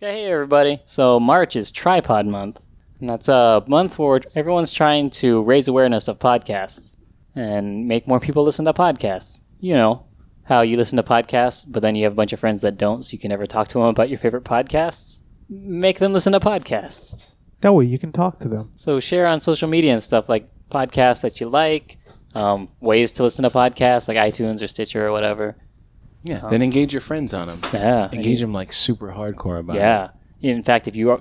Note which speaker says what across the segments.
Speaker 1: Yeah, hey everybody. So March is Tripod Month, and that's a month where everyone's trying to raise awareness of podcasts and make more people listen to podcasts. You know how you listen to podcasts, but then you have a bunch of friends that don't, so you can never talk to them about your favorite podcasts. Make them listen to podcasts.
Speaker 2: That way you can talk to them.
Speaker 1: So share on social media and stuff like podcasts that you like, um, ways to listen to podcasts like iTunes or Stitcher or whatever.
Speaker 3: Yeah. then engage your friends on them.
Speaker 1: Yeah,
Speaker 3: Engage them like super hardcore about it.
Speaker 1: Yeah. In fact, if you are-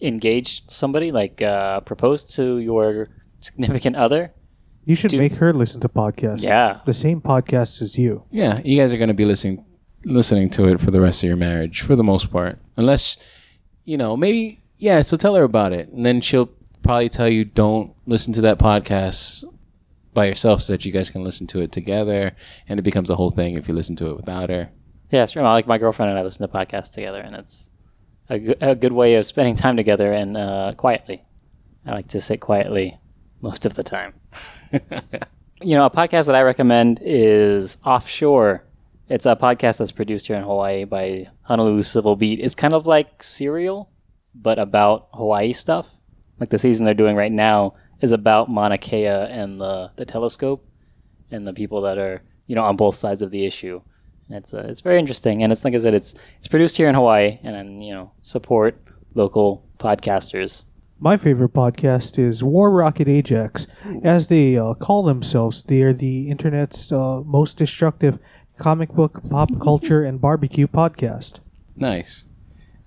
Speaker 1: engage somebody, like uh, propose to your significant other,
Speaker 2: You should
Speaker 1: Dude.
Speaker 2: make her listen to podcasts.
Speaker 1: Yeah.
Speaker 2: The same podcasts as you.
Speaker 3: Yeah. You guys are going to be listening listening to it for the rest of your marriage for the most part. Unless you know, maybe yeah, so tell her about it. And then she'll probably tell you don't listen to that podcast by yourself so that you guys can listen to it together and it becomes a whole thing if you listen to it without her.
Speaker 1: yeah, sure. Like my girlfriend and I listen to podcasts together, and it's a goo- a good way of spending time together and uh, quietly. I like to sit quietly most of the time. you know, a podcast that I recommend is Offshore. It's a podcast that's produced here in Hawaii by Honolulu Civil Beat. It's kind of like Serial, but about Hawaii stuff. Like the season they're doing right now is about Mauna Kea and the, the telescope and the people that are, you know, on both sides of the issue. And it's, uh, it's very interesting. And it's, like I said, it's, it's produced here in Hawaii and, then, you know, support local podcasters.
Speaker 2: My favorite podcast is War Rocket Ajax. As they uh, call themselves, they are the internet's uh, most destructive comic book, pop culture, and barbecue podcast.
Speaker 3: Nice.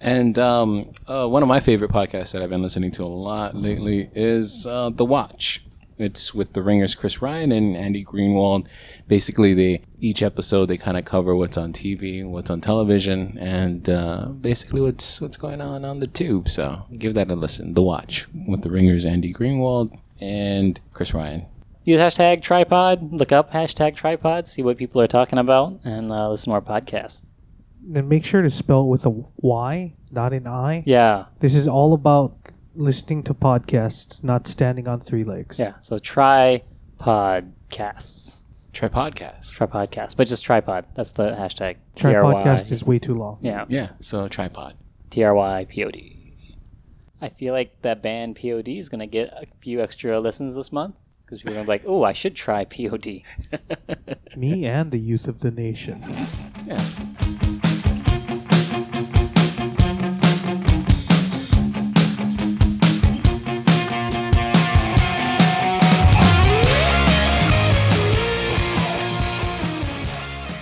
Speaker 3: And um, uh, one of my favorite podcasts that I've been listening to a lot lately is uh, The Watch. It's with the ringers Chris Ryan and Andy Greenwald. Basically, they each episode they kind of cover what's on TV, what's on television, and uh, basically what's what's going on on the tube. So give that a listen. The Watch with the ringers Andy Greenwald and Chris Ryan.
Speaker 1: use hashtag tripod look up hashtag tripod see what people are talking about and uh, listen to our podcast
Speaker 2: And make sure to spell it with a Y, not an I.
Speaker 1: yeah
Speaker 2: This is all about listening to podcasts, not standing on three legs.
Speaker 1: yeah so tripodcasts
Speaker 3: Try podcast.
Speaker 1: tripodcasts but just tripod that's the hashtag
Speaker 2: Try
Speaker 1: T R Y.
Speaker 2: podcast is way too long.
Speaker 1: yeah
Speaker 3: Yeah. So tripod.
Speaker 1: t-r-y-p-o-d i feel like that band pod is going to get a few extra listens this month because people are gonna be like oh i should try pod
Speaker 2: Me and the youth of the nation.
Speaker 3: Yeah.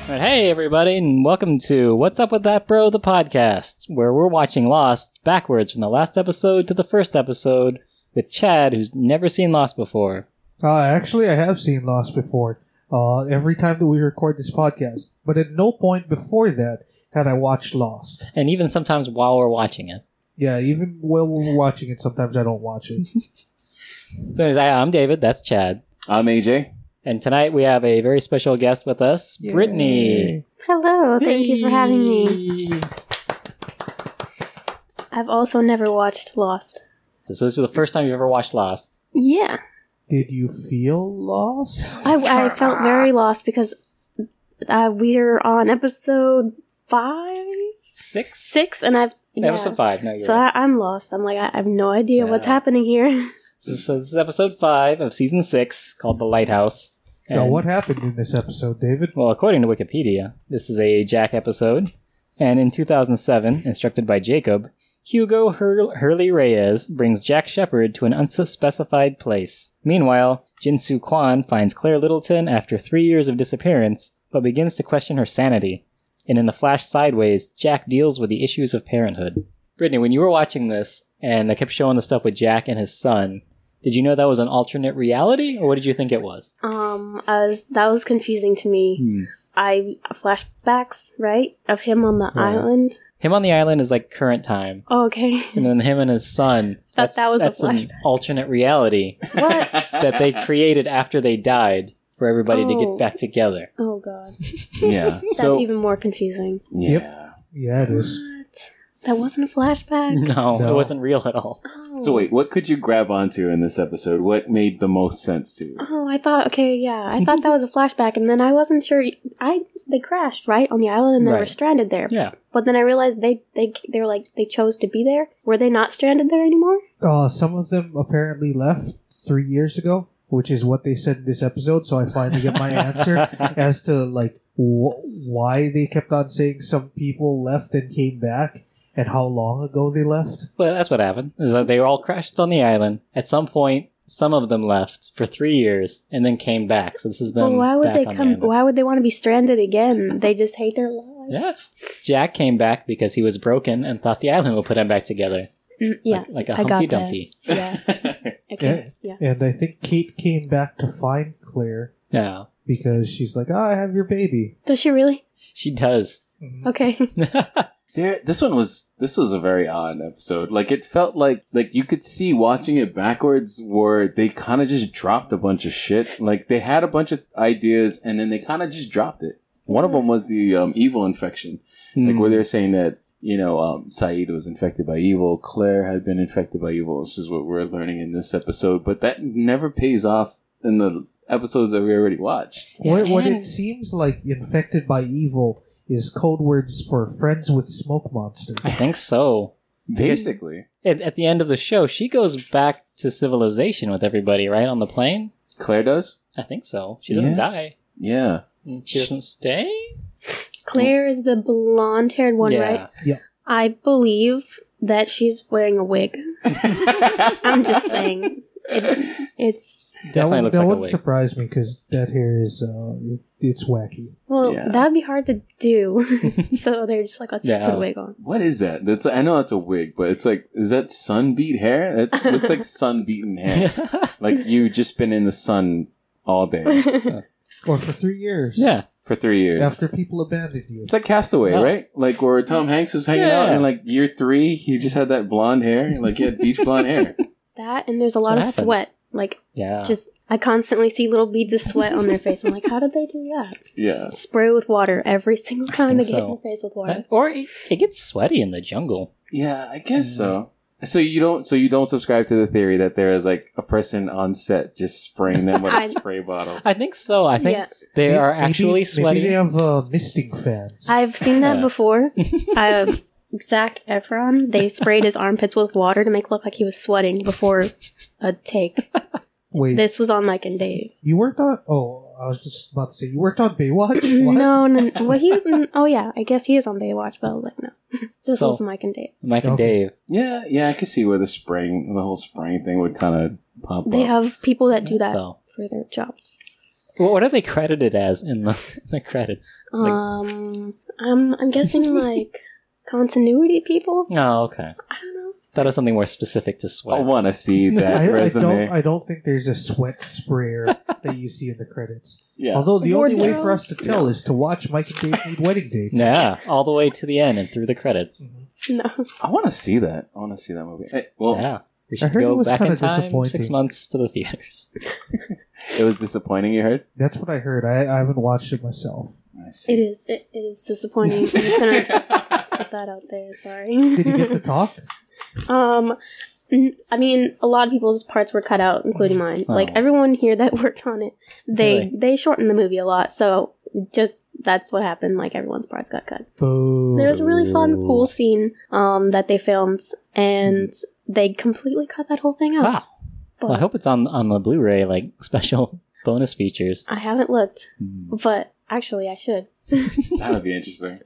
Speaker 1: All right, hey everybody, and welcome to What's Up With That Bro, the podcast, where we're watching Lost backwards from the last episode to the first episode with Chad, who's never seen Lost before.
Speaker 2: Uh, actually, I have seen Lost before. Uh, every time that we record this podcast, but at no point before that had I watched Lost.
Speaker 1: And even sometimes while we're watching it.
Speaker 2: Yeah, even while we're watching it, sometimes I don't watch it.
Speaker 1: So anyways, I, I'm David, that's Chad.
Speaker 3: I'm AJ.
Speaker 1: And tonight we have a very special guest with us, Brittany.
Speaker 4: Hello, thank you for having me.
Speaker 1: Yay.
Speaker 4: I've also never watched Lost.
Speaker 1: So this is the first time you've ever watched Lost.
Speaker 4: Yeah,
Speaker 2: Did you feel lost?
Speaker 4: I, I felt very lost because uh, we are on episode five,
Speaker 1: Six?
Speaker 4: six, and I've yeah.
Speaker 1: Episode five. No, you're
Speaker 4: So
Speaker 1: right.
Speaker 4: I, I'm lost. I'm like I, I have no idea what's
Speaker 1: Yeah.
Speaker 4: happening here.
Speaker 1: So this is episode five of season six called The Lighthouse.
Speaker 2: Now,
Speaker 1: And-
Speaker 2: what happened in this episode, David?
Speaker 1: Well, according to Wikipedia, this is a Jack episode. And in 2007, instructed by Jacob, Hugo Hur- Hurley Reyes brings Jack Shepard to an unspecified place. Meanwhile, Jinsu Kwan finds Claire Littleton after three years of disappearance, but begins to question her sanity. And in the flash sideways, Jack deals with the issues of parenthood. Brittany, when you were watching this and they kept showing the stuff with Jack and his son, did you know that was an alternate reality, or what did you think it was?
Speaker 4: Um, as that was confusing to me.
Speaker 1: Hmm.
Speaker 4: I flashbacks right of him on the
Speaker 1: Right.
Speaker 4: island.
Speaker 1: Him on the island is like current time.
Speaker 4: Oh, okay,
Speaker 1: and then him and his son.
Speaker 4: Thought that was a
Speaker 1: that's an
Speaker 4: flashback.
Speaker 1: alternate reality
Speaker 4: what?
Speaker 1: that they created after they died for everybody to
Speaker 4: Oh.
Speaker 1: get back together.
Speaker 4: Oh God,
Speaker 3: Yeah.
Speaker 4: that's
Speaker 3: so
Speaker 4: even more confusing.
Speaker 3: yeah.
Speaker 2: Yeah, it is.
Speaker 4: What? That wasn't a flashback.
Speaker 1: No,
Speaker 2: No.
Speaker 1: it wasn't real at all.
Speaker 4: Oh.
Speaker 3: So wait, what could you grab onto in this episode? What made the most sense to you?
Speaker 4: Oh, I thought okay, yeah, I thought that was a flashback, and then I wasn't sure. I they crashed right on the island, and they were
Speaker 1: Right.
Speaker 4: stranded there.
Speaker 1: Yeah.
Speaker 4: But then I realized they they they were like they chose to be there. Were they not stranded there anymore?
Speaker 2: Uh, some of them apparently left three years ago, which is what they said in this episode. So I finally get my answer as to like wh- why they kept on saying some people left and came back, and how long ago they left.
Speaker 1: But that's what happened. Is that they were all crashed on the island. At some point, some of them left for three years and then came back. So this is them.
Speaker 4: but why would
Speaker 1: back
Speaker 4: they
Speaker 1: on the
Speaker 4: come?
Speaker 1: island.
Speaker 4: why would they want to be stranded again? They just hate their lives.
Speaker 1: Yeah. Jack came back because he was broken and thought the island would put him back together.
Speaker 4: Mm, yeah.
Speaker 1: Like, like a
Speaker 4: I got
Speaker 1: Humpty
Speaker 4: that.
Speaker 1: Dumpty.
Speaker 4: Yeah. Okay. Yeah.
Speaker 2: And I think Kate came back to find Claire
Speaker 1: Yeah.
Speaker 2: because she's like, "Ah, "I have your baby."
Speaker 4: Does she really?
Speaker 1: She does.
Speaker 4: Okay.
Speaker 3: There, this one was this was a very odd episode. Like it felt like like you could see watching it backwards where they kind of just dropped a bunch of shit. Like they had a bunch of ideas and then they kind of just dropped it. One of them was the um, evil infection, like
Speaker 1: Hmm.
Speaker 3: where they're saying that you know um, Saeed was infected by evil, Claire had been infected by evil. This is what we're learning in this episode, but that never pays off in the episodes that we already watched.
Speaker 2: What, what it seems like infected by evil is code words for friends with smoke monster.
Speaker 1: I think so.
Speaker 3: Basically,
Speaker 1: At, at the end of the show, she goes back to civilization with everybody, right? On the plane?
Speaker 3: Claire does.
Speaker 1: I think so. She doesn't
Speaker 3: Yeah.
Speaker 1: die.
Speaker 3: Yeah,
Speaker 1: She doesn't stay?
Speaker 4: Claire is the blonde-haired one,
Speaker 1: yeah.
Speaker 4: right? I believe that she's wearing a wig. I'm just saying. It, it's
Speaker 1: Definitely
Speaker 2: that
Speaker 1: looks
Speaker 2: that
Speaker 1: like a
Speaker 2: wouldn't
Speaker 1: wig.
Speaker 2: surprise me because that hair is uh, it- it's wacky.
Speaker 4: well,
Speaker 3: Yeah.
Speaker 4: that would be hard to do. so they're just like, let's just put
Speaker 1: Yeah.
Speaker 4: a wig on.
Speaker 3: What is that? That's I know that's a wig, but it's like is that sunbeat hair? That looks like sunbeaten hair. like you just been in the sun all day
Speaker 2: Or for three years.
Speaker 1: yeah.
Speaker 3: for three years.
Speaker 2: After people abandoned you.
Speaker 3: It's like Castaway,
Speaker 1: Oh.
Speaker 3: right? Like where Tom Hanks was hanging out
Speaker 1: Yeah.
Speaker 3: in like year three, he just had that blonde hair, like he had beach blonde hair.
Speaker 4: that and there's a lot
Speaker 1: what
Speaker 4: of
Speaker 1: happens.
Speaker 4: sweat. Like
Speaker 1: Yeah.
Speaker 4: just I constantly see little beads of sweat on their face. I'm like, how did they do that?
Speaker 3: Yeah,
Speaker 4: Spray with water every single time they
Speaker 1: think
Speaker 4: get in
Speaker 1: so.
Speaker 4: their face with water.
Speaker 1: That- or it, it gets sweaty in the jungle.
Speaker 3: yeah, I guess so. So you don't, so you don't subscribe to the theory that there is like a person on set just spraying them with
Speaker 4: I-
Speaker 3: a spray bottle.
Speaker 1: I think so. I think
Speaker 4: yeah,
Speaker 1: they
Speaker 2: May-
Speaker 1: are
Speaker 2: maybe-
Speaker 1: actually sweaty.
Speaker 2: Maybe they have uh, misting fans.
Speaker 4: I've seen that
Speaker 1: Yeah.
Speaker 4: before. I, Zach Efron, they sprayed his armpits with water to make it look like he was sweating before a take.
Speaker 2: Wait,
Speaker 4: This was on Mike and Dave.
Speaker 2: you worked on? Oh, I was just about to say you worked on Baywatch. What?
Speaker 4: No, no, well, he was in, oh yeah, I guess he is on Baywatch, but I was like, no. This
Speaker 1: So-
Speaker 4: was Mike and Dave.
Speaker 1: Mike and
Speaker 2: Okay.
Speaker 1: Dave.
Speaker 3: Yeah, yeah, I could see where the spraying, the whole spraying thing would kind of pop
Speaker 4: They
Speaker 3: up.
Speaker 4: have people that do that
Speaker 1: So,
Speaker 4: for their jobs.
Speaker 1: Well, what are they credited as in the, in the credits? Like,
Speaker 4: Um, I'm, I'm guessing like continuity people?
Speaker 1: oh, okay.
Speaker 4: I don't know.
Speaker 1: That was something more specific to
Speaker 3: I
Speaker 1: sweat.
Speaker 3: want to see that
Speaker 2: I, I
Speaker 3: resume.
Speaker 2: don't. I don't think there's a sweat sprayer that you see in the credits.
Speaker 3: yeah.
Speaker 2: Although the only way
Speaker 4: Wardrobe.
Speaker 2: for us to tell is to watch Mike and Dave need wedding dates. Mm-hmm.
Speaker 1: yeah, all the way to the end and through the credits.
Speaker 4: No.
Speaker 3: I want to see that. I want to see that movie. Eh, well,
Speaker 1: Yeah. We
Speaker 2: I
Speaker 1: should
Speaker 2: heard it
Speaker 1: go
Speaker 2: was
Speaker 1: back in
Speaker 2: kinda
Speaker 1: time six
Speaker 2: disappointing.
Speaker 1: months to the theaters.
Speaker 3: it was disappointing. You heard?
Speaker 2: That's what I heard. I, I haven't watched it myself.
Speaker 3: I see.
Speaker 4: It is, it, it is disappointing. I'm just gonna put that out there, sorry.
Speaker 2: Did you get to talk?
Speaker 4: Um, n- I mean, a lot of people's parts were cut out, including mine.
Speaker 1: Oh.
Speaker 4: Like everyone here that worked on it, they
Speaker 1: Really?
Speaker 4: they shortened the movie a lot. So just that's what happened. Like everyone's parts got cut.
Speaker 2: Boo.
Speaker 4: There was a really fun pool scene um that they filmed, and
Speaker 1: Mm-hmm.
Speaker 4: they completely cut that whole thing out.
Speaker 1: Wow. Well, I hope it's on on the Blu-ray, like special bonus features
Speaker 4: I haven't looked, but actually, I should.
Speaker 3: Hmm. That would be interesting.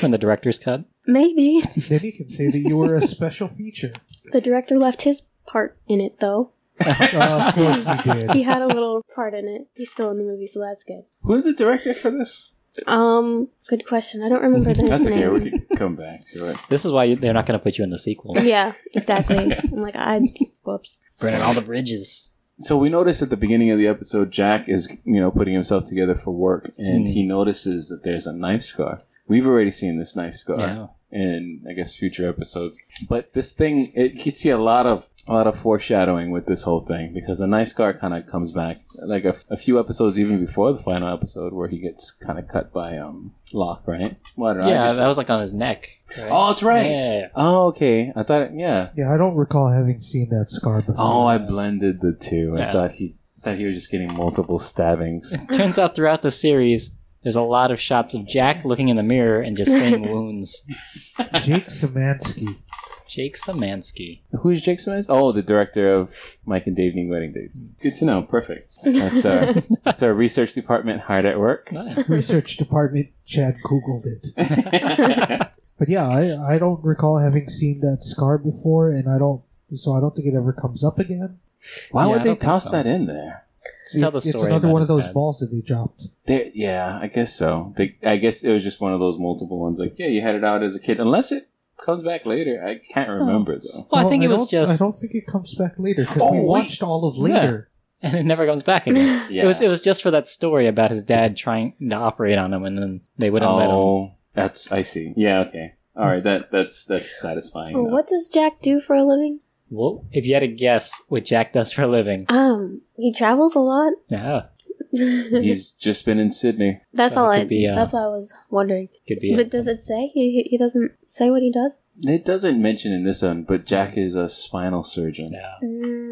Speaker 1: from the director's cut.
Speaker 4: Maybe
Speaker 2: Then you can say that you were a special feature.
Speaker 4: the director left his part in it though.
Speaker 2: Uh, of course you did.
Speaker 4: He had a little part in it. He's still in the movie, so that's good.
Speaker 3: Who is the director for this?
Speaker 4: Um, good question. I don't remember the
Speaker 3: That's
Speaker 4: name.
Speaker 3: okay. We can come back to it.
Speaker 1: This is why you, they're not going to put you in the sequel.
Speaker 4: Yeah, exactly. I'm like, I whoops.
Speaker 1: Burning all the bridges.
Speaker 3: So we notice at the beginning of the episode, Jack is you know putting himself together for work, and
Speaker 1: Hmm.
Speaker 3: he notices that there's a knife scar. We've already seen this knife scar
Speaker 1: Yeah.
Speaker 3: in I guess future episodes, but this thing it, you could see a lot of a lot of foreshadowing with this whole thing because the knife scar kind of comes back like a, a few episodes even before the final episode where he gets kind of cut by um Locke, right? Well, I don't know, I
Speaker 1: yeah,
Speaker 3: just-
Speaker 1: that was like on his neck. right?
Speaker 3: oh, that's right.
Speaker 1: Yeah.
Speaker 3: Oh, okay. I thought, yeah.
Speaker 2: Yeah, I don't recall having seen that scar before.
Speaker 3: Oh, I blended the two. I
Speaker 1: Yeah.
Speaker 3: thought he thought he was just getting multiple stabbings.
Speaker 1: Turns out throughout the series, there's a lot of shots of Jack looking in the mirror and just saying wounds.
Speaker 2: Jake Szymanski.
Speaker 1: Jake Samansky.
Speaker 3: Who's Jake Simmons? Oh, the director of Mike and Dave Need Wedding Dates. Good to know. Perfect. That's our that's our research department hard at work.
Speaker 1: Yeah.
Speaker 2: Research department, Chad Googled it.
Speaker 3: yeah,
Speaker 2: But yeah, I, I don't recall having seen that scar before, and I don't, so I don't think it ever comes up again.
Speaker 1: Yeah,
Speaker 3: Why
Speaker 1: I
Speaker 3: would
Speaker 1: don't
Speaker 3: they
Speaker 1: think
Speaker 3: toss
Speaker 1: so.
Speaker 3: that in there?
Speaker 1: It's how the
Speaker 2: It-
Speaker 1: story
Speaker 2: it's another
Speaker 1: about
Speaker 2: one of
Speaker 1: his
Speaker 2: those
Speaker 1: dad.
Speaker 2: balls that they dropped.
Speaker 3: They, yeah, I guess so. They, I guess it was just one of those multiple ones. Like, yeah, you had it out as a kid, unless it comes back later. I can't remember though.
Speaker 1: Well, I
Speaker 2: No,
Speaker 1: think it was
Speaker 2: don't-
Speaker 1: just,
Speaker 2: I don't think it comes back later because
Speaker 3: Oh,
Speaker 2: we
Speaker 3: wait.
Speaker 2: watched all of later.
Speaker 1: and it never comes back again.
Speaker 3: Yeah, Mm-hmm.
Speaker 1: It was it was just for that story about his dad trying to operate on him, and then they wouldn't let him.
Speaker 3: oh, that's I see. Yeah, okay. All right, that that's that's satisfying. though.
Speaker 4: What does Jack do for a living?
Speaker 1: Well, if you had to guess what Jack does for a living,
Speaker 4: Um, he travels a lot.
Speaker 1: yeah,
Speaker 3: He's just been in Sydney.
Speaker 4: that's
Speaker 1: That
Speaker 4: all
Speaker 1: could
Speaker 4: I.
Speaker 1: be, uh,
Speaker 4: that's what I was wondering.
Speaker 1: could be.
Speaker 4: But does it say he? he- He doesn't say what he does.
Speaker 3: It doesn't mention in this one, but Jack is a spinal surgeon,
Speaker 1: yeah.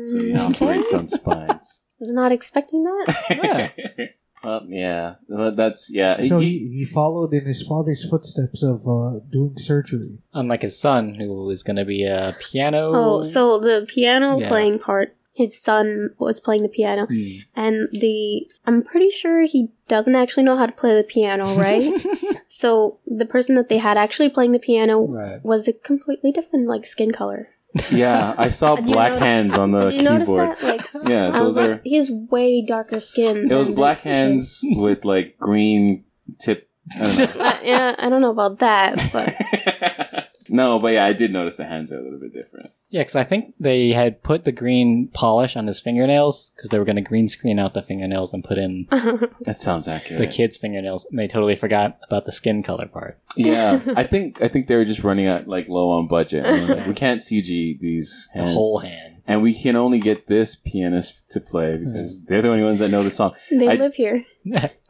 Speaker 3: so he
Speaker 4: Mm, okay.
Speaker 3: operates on spines.
Speaker 4: Was not expecting that.
Speaker 1: Yeah.
Speaker 3: Well, yeah, Well, that's yeah.
Speaker 2: So
Speaker 3: Uh, He-
Speaker 2: he, he followed in his father's footsteps of uh, doing surgery.
Speaker 1: Unlike his son, who is going to be a piano.
Speaker 4: Oh, so the piano
Speaker 1: Yeah.
Speaker 4: playing part. His son was playing the piano,
Speaker 1: Hmm.
Speaker 4: and the I'm pretty sure he doesn't actually know how to play the piano, right? so the person that they had actually playing the piano
Speaker 1: right.
Speaker 4: was a completely different like skin color.
Speaker 3: yeah, I saw
Speaker 4: Did you
Speaker 3: black
Speaker 4: notice-
Speaker 3: hands on the
Speaker 4: Did you notice
Speaker 3: keyboard.
Speaker 4: that? Like,
Speaker 3: Yeah,
Speaker 4: I was
Speaker 3: those
Speaker 4: like,
Speaker 3: are.
Speaker 4: he has way darker skin.
Speaker 3: It was
Speaker 4: than
Speaker 3: black
Speaker 4: this kid.
Speaker 3: hands with like green tip. I don't know.
Speaker 4: Uh, yeah, I don't know about that, but
Speaker 3: no, but yeah, I did notice the hands are a little bit different.
Speaker 1: Yeah, because I think they had put the green polish on his fingernails because they were going to green screen out the fingernails and put in
Speaker 3: That sounds
Speaker 1: the
Speaker 3: accurate.
Speaker 1: kid's fingernails, and they totally forgot about the skin color part.
Speaker 3: Yeah, I think I think they were just running out like low on budget. And they're like, we can't CG these
Speaker 1: The
Speaker 3: hands,
Speaker 1: whole hand.
Speaker 3: and we can only get this pianist to play because they're the only ones that know the song.
Speaker 4: they
Speaker 3: I-
Speaker 4: live here.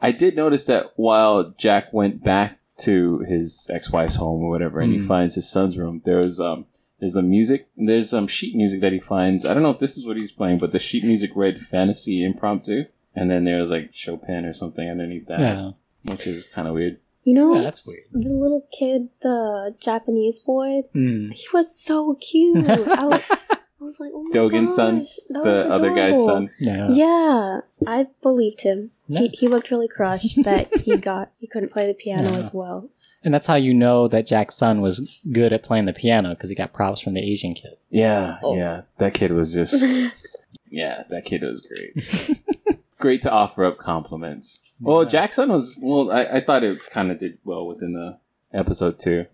Speaker 3: I did notice that while Jack went back to his ex-wife's home or whatever, and he
Speaker 1: Hmm.
Speaker 3: finds his son's room, there was um, there's the music, there's some sheet music that he finds. I don't know if this is what he's playing, but the sheet music read "Fantasy Impromptu," and then there was like Chopin or something underneath that,
Speaker 1: yeah.
Speaker 3: which is kind of weird.
Speaker 4: You know,
Speaker 1: yeah, that's weird.
Speaker 4: the little kid, the Japanese boy,
Speaker 1: Hmm.
Speaker 4: he was so cute. I was, I was like, oh my
Speaker 3: Dogen's son?
Speaker 4: gosh, that was
Speaker 3: the other guy's
Speaker 4: adorable.
Speaker 3: son.
Speaker 1: Yeah.
Speaker 4: Yeah, I believed him.
Speaker 1: Yeah.
Speaker 4: He, he looked really crushed that he got he couldn't play the piano
Speaker 1: Yeah.
Speaker 4: as well.
Speaker 1: And that's how you know that Jack's son was good at playing the piano because he got props from the Asian kid.
Speaker 3: Yeah,
Speaker 4: Oh.
Speaker 3: yeah. That kid was just yeah, that kid was great. great to offer up compliments. Well,
Speaker 1: Yeah.
Speaker 3: Jackson was well. I, I thought it kind of did well within the episode too.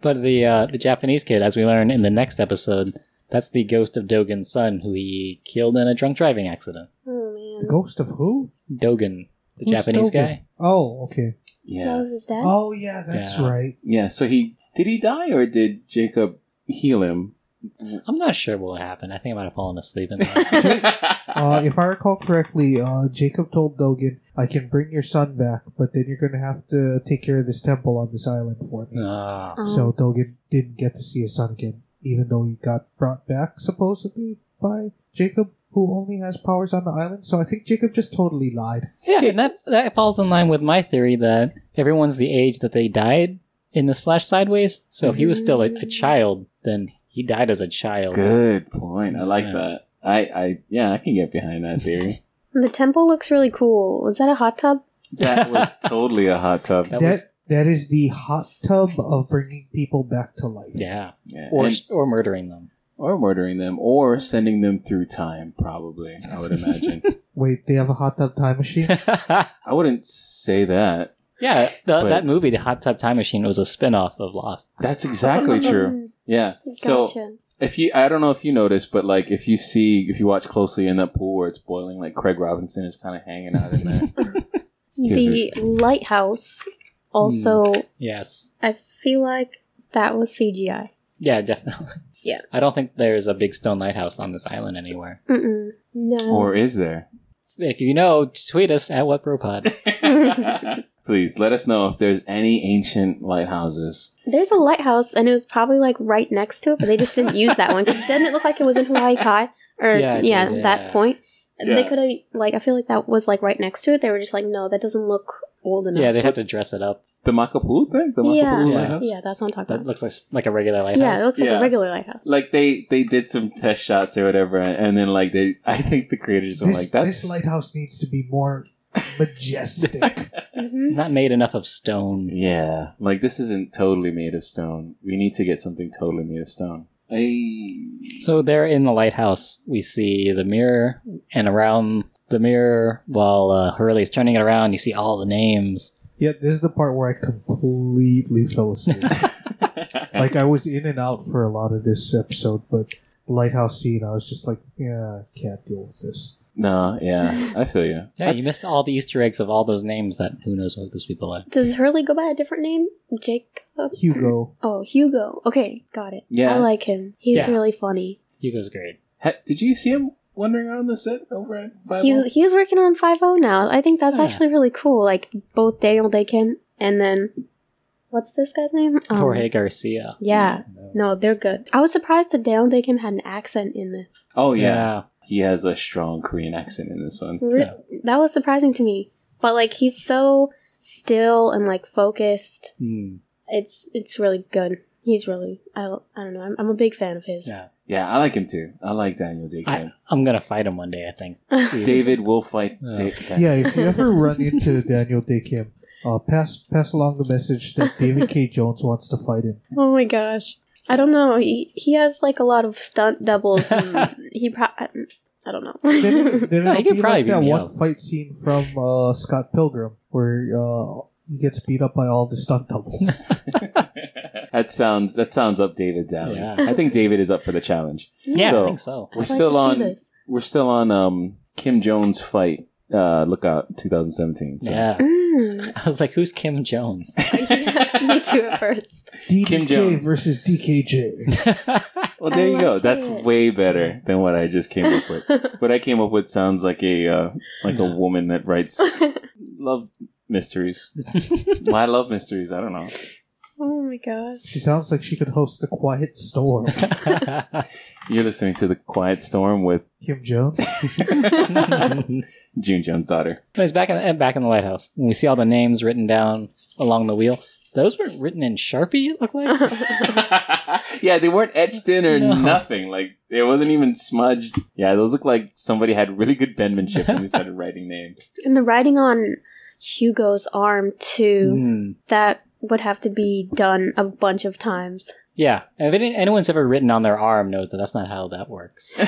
Speaker 1: But the uh, the Japanese kid, as we learn in the next episode, that's the ghost of Dogen's son who he killed in a drunk driving accident.
Speaker 4: oh
Speaker 2: The
Speaker 4: man,
Speaker 2: ghost of who?
Speaker 1: Dogen, the
Speaker 2: Who's
Speaker 1: Japanese
Speaker 2: Dogen?
Speaker 1: guy.
Speaker 2: Oh, okay.
Speaker 4: that
Speaker 3: Yeah,
Speaker 4: was his dad.
Speaker 2: Oh, yeah, that's
Speaker 1: Yeah.
Speaker 2: right.
Speaker 3: yeah. So he did he die or did Jacob heal him?
Speaker 1: I'm not sure what happened. I think I might have fallen asleep in there.
Speaker 2: Uh, if I recall correctly, uh, Jacob told Dogan, "I can bring your son back, but then you're going to have to take care of this temple on this island for me."
Speaker 1: Ah.
Speaker 4: Um,
Speaker 2: So Dogan didn't get to see his son again, even though he got brought back supposedly by Jacob, who only has powers on the island. So I think Jacob just totally lied.
Speaker 1: Yeah, and that that falls in line with my theory that everyone's the age that they died in this flash sideways. So if he was still a, a child, then he died as a child.
Speaker 3: Good point. I like
Speaker 1: Yeah.
Speaker 3: that. I, I yeah, I can get behind that theory.
Speaker 4: the temple looks really cool. Was that a hot tub?
Speaker 3: that was totally a hot tub.
Speaker 1: That
Speaker 2: that
Speaker 1: was-
Speaker 2: that is the hot tub of bringing people back to life.
Speaker 1: Yeah,
Speaker 3: Yeah.
Speaker 1: or
Speaker 3: And-
Speaker 1: or murdering them.
Speaker 3: or murdering them, or sending them through time. Probably, I would imagine.
Speaker 2: Wait, they have a hot tub time machine.
Speaker 3: I wouldn't say that.
Speaker 1: yeah, the,
Speaker 3: But-
Speaker 1: that movie, The Hot Tub Time Machine, was a spin off of Lost.
Speaker 3: That's exactly true. Yeah.
Speaker 4: Mm-hmm. Gotcha.
Speaker 3: So if you, I don't know if you noticed, but like if you see, if you watch closely in that pool where it's boiling, like Craig Robinson is kind of hanging out in there.
Speaker 4: the lighthouse also
Speaker 1: Yes.
Speaker 4: I feel like that was CGI.
Speaker 1: Yeah, definitely.
Speaker 4: Yeah.
Speaker 1: I don't think there's a big stone lighthouse on this island anywhere.
Speaker 4: Mm-mm. No.
Speaker 3: Or is there?
Speaker 1: If you know, tweet us at WhatBroPod.
Speaker 3: Please let us know if there's any ancient lighthouses.
Speaker 4: There's a lighthouse, and it was probably like right next to it, but they just didn't use that one because didn't it look like it was in Hawaii Kai or
Speaker 1: Yeah,
Speaker 4: yeah,
Speaker 1: it did, yeah.
Speaker 4: that point? They
Speaker 3: Yeah.
Speaker 4: could have like I feel like that was like right next to it. They were just like, no, that doesn't look old enough.
Speaker 1: yeah, they'd have to dress it up.
Speaker 3: The Makapu thing? The Makapu
Speaker 1: Yeah.
Speaker 3: lighthouse?
Speaker 4: Yeah, that's what I'm talking
Speaker 1: That
Speaker 4: about.
Speaker 1: looks like, like a regular lighthouse.
Speaker 4: Yeah, it looks like
Speaker 3: Yeah.
Speaker 4: a regular lighthouse.
Speaker 3: Like they they did some test shots or whatever, and, and then like they, I think the creators are
Speaker 2: this,
Speaker 3: like that's
Speaker 2: this lighthouse needs to be more majestic.
Speaker 4: hmm
Speaker 1: not made enough of stone.
Speaker 3: Yeah, like this isn't totally made of stone. We need to get something totally made of stone. I
Speaker 1: So there in the lighthouse, we see the mirror, and around the mirror, while uh, Hurley's turning it around, you see all the names.
Speaker 2: yeah, this is the part where I completely fell asleep. like I was in and out for a lot of this episode, but the lighthouse scene, I was just like, yeah, I can't deal with this.
Speaker 3: no, yeah, I feel you.
Speaker 1: Yeah, you missed all the Easter eggs of all those names that who knows what those people are.
Speaker 4: Does Hurley go by a different name? Jacob?
Speaker 2: Hugo,
Speaker 4: Oh, Hugo. Okay, got it.
Speaker 3: Yeah.
Speaker 4: I like him. He's
Speaker 1: Yeah.
Speaker 4: really funny.
Speaker 1: Hugo's great.
Speaker 3: Ha- did you see him wandering around the set over at Five?
Speaker 4: He's he's working on Five O now. I think that's
Speaker 1: oh. Yeah.
Speaker 4: actually really cool. Like both Daniel Day Kim and then what's this guy's name? Um,
Speaker 1: Jorge Garcia.
Speaker 4: Yeah.
Speaker 1: Mm-hmm.
Speaker 4: No, they're good. I was surprised that Daniel Day Kim had an accent in this.
Speaker 3: Oh yeah.
Speaker 1: yeah.
Speaker 3: he has a strong Korean accent in this one.
Speaker 4: Re-
Speaker 1: Yeah.
Speaker 4: That was surprising to me. But like he's so still and like focused.
Speaker 1: Hmm.
Speaker 4: It's it's really good. He's really I, I don't know. I'm, I'm a big fan of his.
Speaker 1: Yeah.
Speaker 3: Yeah, I like him too. I like Daniel Day
Speaker 1: I,
Speaker 3: Kim.
Speaker 1: I'm gonna fight him one day. I think.
Speaker 3: David will fight.
Speaker 1: Yeah.
Speaker 3: Day- Dan-
Speaker 2: yeah, if you ever run into Daniel Day Kim, uh, pass pass along the message that David K. Jones wants to fight him.
Speaker 4: Oh my gosh. I don't know. He he has like a lot of stunt doubles. And he pro- I I don't
Speaker 2: Then, it,
Speaker 4: know.
Speaker 2: then
Speaker 1: No,
Speaker 2: it'll
Speaker 1: he could
Speaker 2: be
Speaker 1: probably
Speaker 2: like that
Speaker 1: beat me
Speaker 2: one
Speaker 1: up.
Speaker 2: fight scene from uh, Scott Pilgrim where uh, he gets beat up by all the stunt doubles.
Speaker 3: that sounds that sounds up David's alley.
Speaker 1: Yeah.
Speaker 3: I think David is up for the challenge.
Speaker 1: yeah,
Speaker 3: So-
Speaker 1: I think so.
Speaker 3: We're
Speaker 4: I'd
Speaker 3: still
Speaker 4: to
Speaker 3: on-
Speaker 4: See this.
Speaker 3: We're still on um, Kim Jones fight. Uh, lookout 2017. so-
Speaker 1: Yeah.
Speaker 4: Mm.
Speaker 1: I was like, who's Kim Jones?
Speaker 4: Yeah, me too at first.
Speaker 2: DDK
Speaker 3: Jones.
Speaker 2: versus DKJ.
Speaker 3: Well, there
Speaker 4: I
Speaker 3: you go.
Speaker 4: like
Speaker 3: That's
Speaker 4: it.
Speaker 3: way better than what I just came up with. what I came up with sounds like a uh, like a
Speaker 1: Yeah.
Speaker 3: woman that writes love mysteries. Why love mysteries? I don't know.
Speaker 4: oh my gosh.
Speaker 2: She sounds like she could host the Quiet Storm.
Speaker 3: You're listening to the Quiet Storm with
Speaker 2: Kim Jones.
Speaker 3: June Jones' daughter.
Speaker 1: But it's back in the, back in the lighthouse. And we see all the names written down along the wheel. Those weren't written in Sharpie, it looked like.
Speaker 3: yeah, they weren't etched in or
Speaker 1: No.
Speaker 3: nothing. Like it wasn't even smudged. Yeah, those look like somebody had really good penmanship and they started writing names.
Speaker 4: And the writing on Hugo's arm too.
Speaker 1: Hmm.
Speaker 4: That would have to be done a bunch of times.
Speaker 1: Yeah. If any, anyone's ever written on their arm knows that that's not how that works.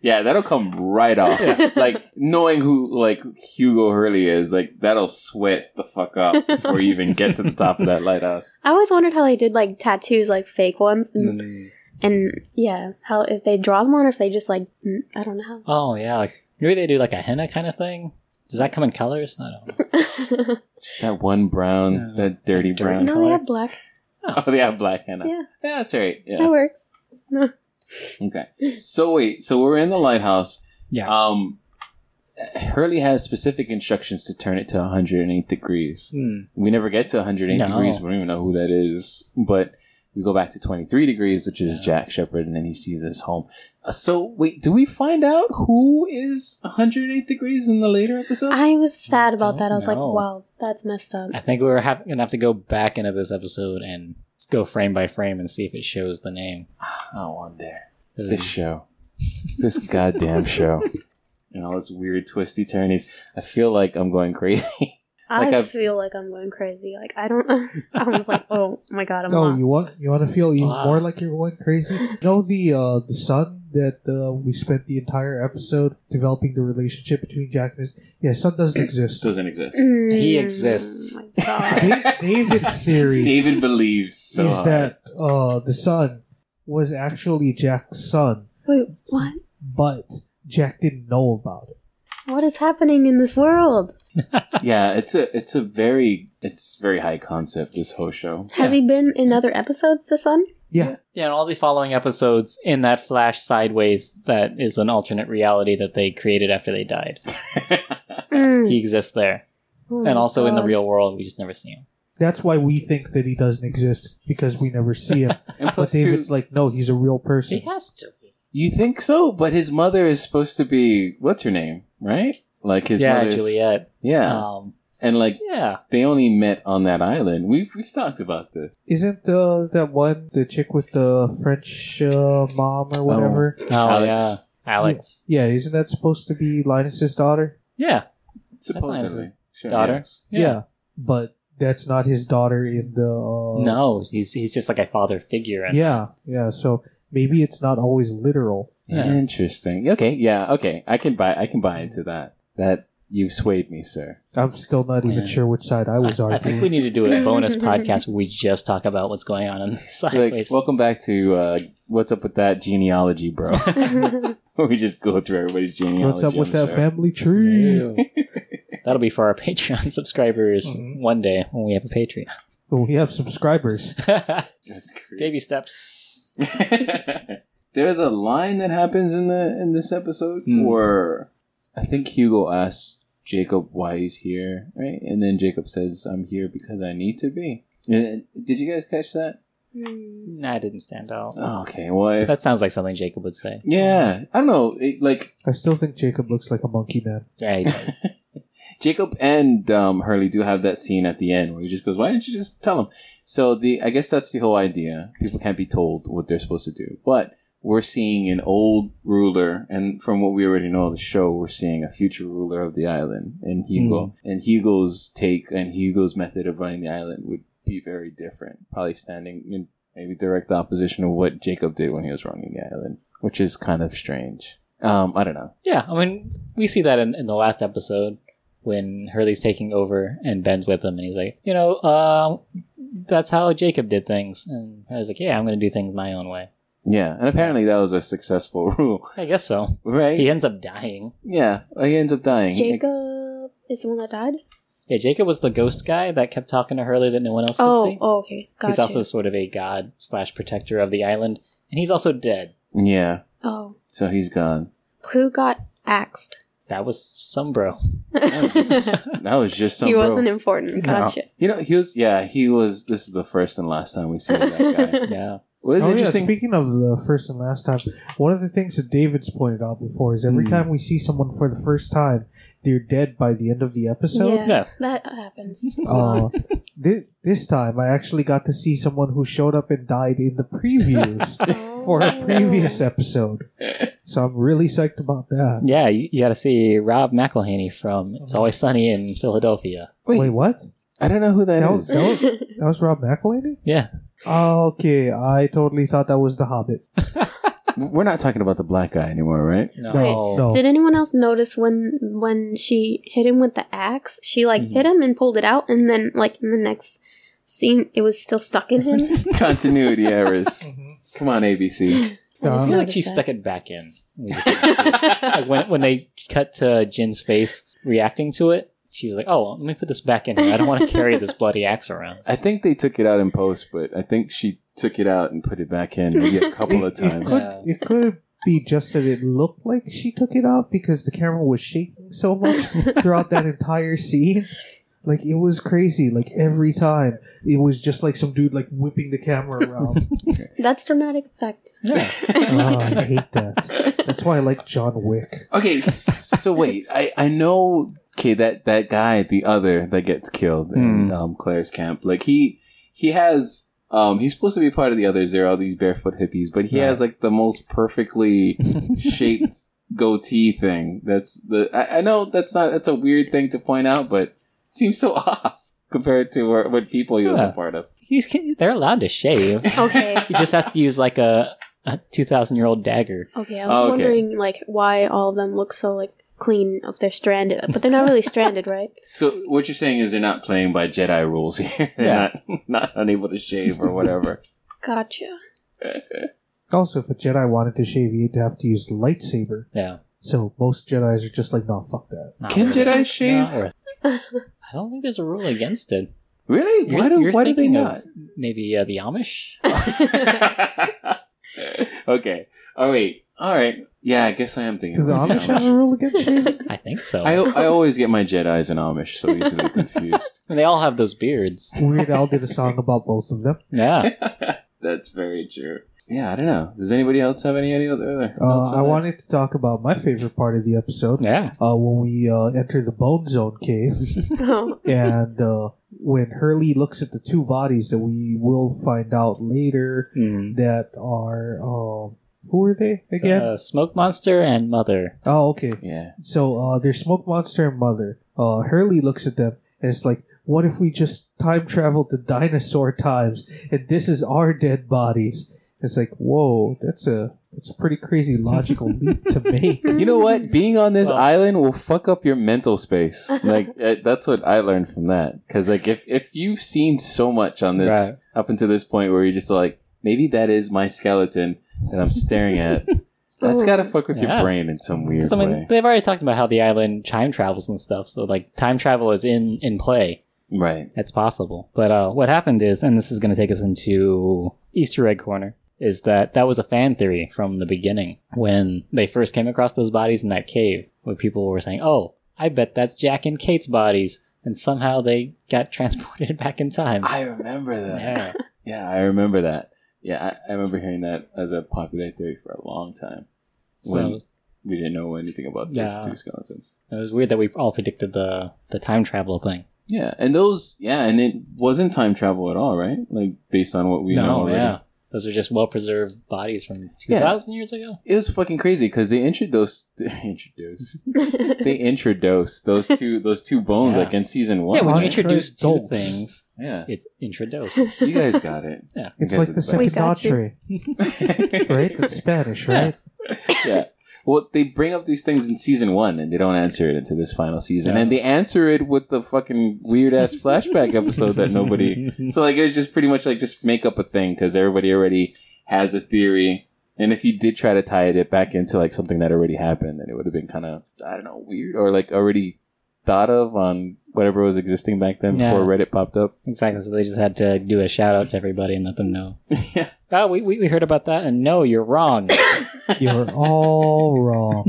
Speaker 3: yeah, that'll come right off. like knowing who like Hugo Hurley is, like that'll sweat the fuck up before you even get to the top of that lighthouse.
Speaker 4: I always wondered how they did like tattoos, like fake ones, and,
Speaker 1: Hmm.
Speaker 4: and yeah, how if they draw them on, or if they just like mm, I don't know.
Speaker 1: Oh, yeah. Like, maybe they do like a henna kind of thing. Does that come in colors? I don't know.
Speaker 3: Just that one brown,
Speaker 1: Yeah.
Speaker 3: that dirty
Speaker 1: Dirty.
Speaker 3: brown.
Speaker 4: no,
Speaker 1: color.
Speaker 4: they have black.
Speaker 3: Oh, they have black henna.
Speaker 4: Yeah.
Speaker 3: that's right.
Speaker 4: That
Speaker 3: Yeah.
Speaker 4: works.
Speaker 3: Okay. So wait, so we're in the lighthouse.
Speaker 1: Yeah.
Speaker 3: Um, Hurley has specific instructions to turn it to 108 degrees.
Speaker 1: Hmm.
Speaker 3: We never get to 108
Speaker 1: No.
Speaker 3: degrees. We don't even know who that is. But we go back to 23 degrees, which is
Speaker 1: Yeah.
Speaker 3: Jack Shepard, and then he sees us home. Uh, so, wait, do we find out who is 108 degrees in the later episodes?
Speaker 4: I was sad
Speaker 1: I
Speaker 4: about that. I was like,
Speaker 1: don't know.
Speaker 4: wow, that's messed up.
Speaker 1: I think we're have, gonna have to go back into this episode and go frame by frame and see if it shows the name.
Speaker 3: Oh, I'm there.
Speaker 1: Uh,
Speaker 3: This show. this goddamn show. And all its weird, twisty turnies. I feel like I'm going crazy.
Speaker 4: I
Speaker 3: Like, I've-
Speaker 4: feel like I'm going crazy. Like I don't. I was like, oh my god, I'm
Speaker 2: No,
Speaker 4: lost.
Speaker 2: you want you want to feel even
Speaker 1: Wow.
Speaker 2: more like you're going crazy. Know the uh, the son that uh, we spent the entire episode developing the relationship between Jack and his yeah son doesn't exist.
Speaker 3: doesn't exist.
Speaker 4: Mm,
Speaker 1: He exists.
Speaker 4: Oh my god.
Speaker 2: Da- David's theory
Speaker 3: David believes so
Speaker 2: is
Speaker 3: hard.
Speaker 2: that uh, the son was actually Jack's son,
Speaker 4: Wait, what?
Speaker 2: but Jack didn't know about it.
Speaker 4: What is happening in this world?
Speaker 3: uh, yeah, it's a it's a very it's very high concept this whole show.
Speaker 4: Has he been in other episodes? The son?
Speaker 2: Yeah.
Speaker 1: Yeah, and all the following episodes in that flash sideways that is an alternate reality that they created after they died.
Speaker 3: Hmm.
Speaker 4: Mm.
Speaker 1: He exists there.
Speaker 4: Oh
Speaker 1: and
Speaker 3: Oh,
Speaker 1: also in the real world, we just never see him.
Speaker 2: That's why we think that he doesn't exist because we never see him.
Speaker 3: And
Speaker 2: but
Speaker 3: plus, two,
Speaker 2: David's like, no, he's a real person.
Speaker 1: has to.
Speaker 3: you think so, but his mother is supposed to be what's her name, right? Like his
Speaker 1: yeah,
Speaker 3: mother's-
Speaker 1: Juliet.
Speaker 3: Yeah,
Speaker 1: Um,
Speaker 3: and like
Speaker 1: yeah.
Speaker 3: they only met on that island. We've we've talked about this.
Speaker 2: Isn't uh, that one the chick with the French uh, mom or whatever?
Speaker 1: Oh,
Speaker 3: Alex.
Speaker 1: yeah. Alex.
Speaker 2: Yeah, isn't that supposed to be Linus's daughter?
Speaker 1: Yeah.
Speaker 3: Supposedly,
Speaker 1: That's not his
Speaker 3: Sure,
Speaker 1: daughter.
Speaker 3: yes.
Speaker 1: Yeah.
Speaker 2: but that's not his daughter in the. Uh,
Speaker 1: No, he's he's just like a father figure. And,
Speaker 2: Yeah, yeah. So maybe it's not always literal.
Speaker 1: Yeah.
Speaker 3: Interesting. Okay, yeah, okay. I can buy I can buy into that. That you've swayed me, sir.
Speaker 2: I'm still not even
Speaker 1: Yeah.
Speaker 2: sure which side I was
Speaker 1: I, I
Speaker 2: arguing.
Speaker 1: think we need to do a bonus podcast where we just talk about what's going on in the
Speaker 3: Like,
Speaker 1: sideways.
Speaker 3: welcome back to uh, what's up with that genealogy, bro. we just go through everybody's genealogy.
Speaker 2: What's up with
Speaker 3: I'm
Speaker 2: that
Speaker 3: sure.
Speaker 2: family tree?
Speaker 1: That'll be for our Patreon subscribers
Speaker 2: Mhm.
Speaker 1: one day when we have a Patreon.
Speaker 2: Well, Oh, we have subscribers.
Speaker 3: That's crazy.
Speaker 1: Baby steps.
Speaker 3: There's a line that happens in the in this episode
Speaker 1: Hmm.
Speaker 3: where I think Hugo asks Jacob why he's here, right? And then Jacob says, "I'm here because I need to be." And- did you guys catch that?
Speaker 4: Mm.
Speaker 1: Nah, it didn't stand out.
Speaker 3: Oh, okay, well, if-
Speaker 1: That sounds like something Jacob would say.
Speaker 3: yeah, I don't know. It, like
Speaker 2: I still think Jacob looks like a monkey man.
Speaker 1: Yeah, he does.
Speaker 3: Jacob and um, Hurley do have that scene at the end where he just goes, "Why didn't you just tell him?" So the I guess that's the whole idea. People can't be told what they're supposed to do, but we're seeing an old ruler, and from what we already know of the show, we're seeing a future ruler of the island, and Hugo. And Hugo's take and Hugo's method of running the island would be very different, probably standing in maybe direct opposition to what Jacob did when he was running the island, which is kind of strange. Um, I don't know.
Speaker 1: yeah, I mean, we see that in, in the last episode when Hurley's taking over and Ben's with him, and he's like, you know, uh, that's how Jacob did things. And I was like, yeah, I'm going to do things my own way.
Speaker 3: Yeah, and apparently that was a successful rule.
Speaker 1: I guess so.
Speaker 3: Right?
Speaker 1: He ends up dying.
Speaker 3: Yeah, he ends up dying.
Speaker 4: Jacob is the one that died.
Speaker 1: Yeah, Jacob was the ghost guy that kept talking to Hurley that no one else could
Speaker 4: Oh,
Speaker 1: see.
Speaker 4: oh, okay. Gotcha.
Speaker 1: He's also sort of a god slash protector of the island, and he's also dead.
Speaker 3: Yeah,
Speaker 4: Oh,
Speaker 3: so he's gone.
Speaker 4: who got axed?
Speaker 1: That was some bro.
Speaker 3: That was
Speaker 1: Oh.
Speaker 3: just, that was just some
Speaker 4: he
Speaker 3: bro.
Speaker 4: wasn't important.
Speaker 3: No.
Speaker 4: Gotcha.
Speaker 3: You know, he was. Yeah, he was. This is the first and last time we see that guy.
Speaker 1: Yeah.
Speaker 3: What is
Speaker 2: oh,
Speaker 3: interesting?
Speaker 2: yeah. Speaking of the first and last time, one of the things that David's pointed out before is every
Speaker 3: Hmm.
Speaker 2: time we see someone for the first time, they're dead by the end of the episode.
Speaker 4: yeah,
Speaker 1: No.
Speaker 4: that happens.
Speaker 2: Uh, thi- this time, I actually got to see someone who showed up and died in the previews
Speaker 4: Oh,
Speaker 2: for a previous episode. So I'm really psyched about that.
Speaker 1: Yeah, you, you got to see Rob McElhaney from It's Always Sunny in Philadelphia.
Speaker 3: wait,
Speaker 2: Wait, what?
Speaker 3: I don't know who that
Speaker 2: No,
Speaker 3: is.
Speaker 2: no. episode. That was Rob McElhaney?
Speaker 1: Yeah.
Speaker 2: Okay, I totally thought that was The Hobbit.
Speaker 3: We're not talking about the black guy anymore, right?
Speaker 1: No.
Speaker 2: No, no.
Speaker 4: Did anyone else notice when when she hit him with the axe? She like
Speaker 1: Mm-hmm.
Speaker 4: hit him and pulled it out, and then like in the next scene, it was still stuck in him.
Speaker 3: Continuity errors.
Speaker 2: Mhm.
Speaker 3: Come on, ABC.
Speaker 4: I
Speaker 1: I
Speaker 4: just
Speaker 1: feel like
Speaker 4: noticed
Speaker 1: she
Speaker 4: that.
Speaker 1: stuck it back in. We just didn't see it. like when, when they cut to Jin's face reacting to it, she was like, oh, let me put this back in here. I don't want to carry this bloody axe around.
Speaker 3: I think they took it out in post, but I think she took it out and put it back in maybe a couple of
Speaker 2: It- it
Speaker 3: times.
Speaker 2: could- It could be just that it looked like she took it out because the camera was shaking so much throughout that entire scene. Like it was crazy. Like every time, it was just like some dude like whipping the camera around.
Speaker 4: That's dramatic effect.
Speaker 1: Yeah.
Speaker 2: oh, I hate that. That's why I like John Wick.
Speaker 3: Okay, s- so wait, I, I know. Okay, that that guy, the other that gets killed in
Speaker 1: Hmm.
Speaker 3: um, Claire's camp, like he he has um he's supposed to be part of the others. They're all these barefoot hippies, but he
Speaker 1: Right.
Speaker 3: has like the most perfectly shaped goatee thing. That's the I, I know that's not that's a weird thing to point out, but it seems so off compared to where, what people he was
Speaker 1: Yeah.
Speaker 3: a part of.
Speaker 1: He's, they're allowed to shave.
Speaker 4: Okay,
Speaker 1: He just has to use like a 2,000 year old dagger.
Speaker 4: okay. I was
Speaker 3: Oh, okay.
Speaker 4: wondering like why all of them look so like clean if they're stranded, but they're not really stranded, right?
Speaker 3: So what you're saying is they're not playing by Jedi rules here. they're
Speaker 1: Yeah.
Speaker 3: not not unable to shave or whatever.
Speaker 4: Gotcha.
Speaker 2: Also, if a Jedi wanted to shave, you'd have to use the lightsaber.
Speaker 1: Yeah.
Speaker 2: So most Jedi's are just like, no, fuck that.
Speaker 1: Not
Speaker 3: Can
Speaker 1: worth it.
Speaker 3: Jedi shave?
Speaker 1: Not worth it. I don't think there's a rule against it.
Speaker 3: Really?
Speaker 1: You're-
Speaker 3: Why do
Speaker 1: you're
Speaker 3: Why do they
Speaker 1: thinking of-
Speaker 3: not?
Speaker 1: Maybe uh, the Amish?
Speaker 3: okay. Oh wait. All right. Yeah, I guess I am thinking.
Speaker 2: Does the
Speaker 3: of
Speaker 2: Amish have a rule against shaving?
Speaker 1: I think so.
Speaker 3: I,
Speaker 1: I,
Speaker 3: I always get my Jedi's and Amish so easily confused.
Speaker 1: mean, they all have those beards.
Speaker 2: Weird Al did a song about both of them.
Speaker 1: Yeah.
Speaker 3: That's very true. Yeah, I don't know. Does anybody else have any other? other thoughts
Speaker 2: Uh,
Speaker 3: on
Speaker 2: I
Speaker 3: that?
Speaker 2: wanted to talk about my favorite part of the episode
Speaker 1: Yeah.
Speaker 2: uh, when we uh, enter the Bone Zone cave,
Speaker 4: Oh,
Speaker 2: and uh, when Hurley looks at the two bodies that we will find out later
Speaker 1: Mm.
Speaker 2: that are um, who are they again?
Speaker 1: Uh, Smoke Monster and Mother.
Speaker 2: oh, okay.
Speaker 3: Yeah.
Speaker 2: So uh, there's Smoke Monster and Mother. Uh, Hurley looks at them and it's like, what if we just time travel to dinosaur times and this is our dead bodies? It's like, whoa, that's a that's a pretty crazy logical leap to make.
Speaker 3: You know what? Being on this
Speaker 1: Well-
Speaker 3: island will fuck up your mental space. Like uh, that's what I learned from that. Because like if if you've seen so much on this
Speaker 1: Right.
Speaker 3: up until this point, where you're just like, maybe that is my skeleton that I'm staring at. That's gotta
Speaker 4: Oh.
Speaker 3: fuck with
Speaker 1: Yeah.
Speaker 3: your brain in some weird
Speaker 1: 'Cause, I mean,
Speaker 3: way,
Speaker 1: they've already talked about how the island time travels and stuff. So, like, time travel is in in play.
Speaker 3: right?
Speaker 1: It's possible. But uh, what happened is, and this is going to take us into Easter egg corner, is that that was a fan theory from the beginning when they first came across those bodies in that cave, where people were saying, "Oh, I bet that's Jack and Kate's bodies," and somehow they got transported back in time.
Speaker 3: I remember that.
Speaker 1: yeah.
Speaker 3: Yeah, I remember that. Yeah, I, I remember hearing that as a popular theory for a long time
Speaker 1: So
Speaker 3: when we didn't know anything about these
Speaker 1: Yeah.
Speaker 3: two skeletons.
Speaker 1: it was weird that we all predicted the the time travel thing.
Speaker 3: Yeah, and those, yeah, and it wasn't time travel at all, right? Like based on what we know already.
Speaker 1: Those are just well preserved bodies from two
Speaker 3: Yeah.
Speaker 1: thousand years ago.
Speaker 3: It was fucking crazy because they introduced, they introduced, they introduced those two, those two bones
Speaker 1: Yeah.
Speaker 3: like in season one.
Speaker 1: Yeah, when you
Speaker 2: Monster
Speaker 1: introduce two
Speaker 2: adults.
Speaker 1: things,
Speaker 3: yeah,
Speaker 1: it's introduced.
Speaker 3: you guys got it.
Speaker 1: Yeah.
Speaker 2: It's like the
Speaker 4: We
Speaker 2: second
Speaker 4: got you.
Speaker 2: entree, right? It's Spanish, right?
Speaker 3: yeah. Well, they bring up these things in season one, and they don't answer it into this final season,
Speaker 1: No.
Speaker 3: and they answer it with the fucking weird ass flashback episode that nobody. So like, it was just pretty much like just make up a thing because everybody already has a theory, and if you did try to tie it back into like something that already happened, then it would have been kind of I don't know weird or like already thought of on whatever was existing back then
Speaker 1: Yeah.
Speaker 3: before Reddit popped up.
Speaker 1: Exactly. So they just had to do a shout out to everybody and let them know.
Speaker 3: yeah,
Speaker 1: Oh, we, we, we heard about that, and no, you're wrong.
Speaker 2: You're all wrong.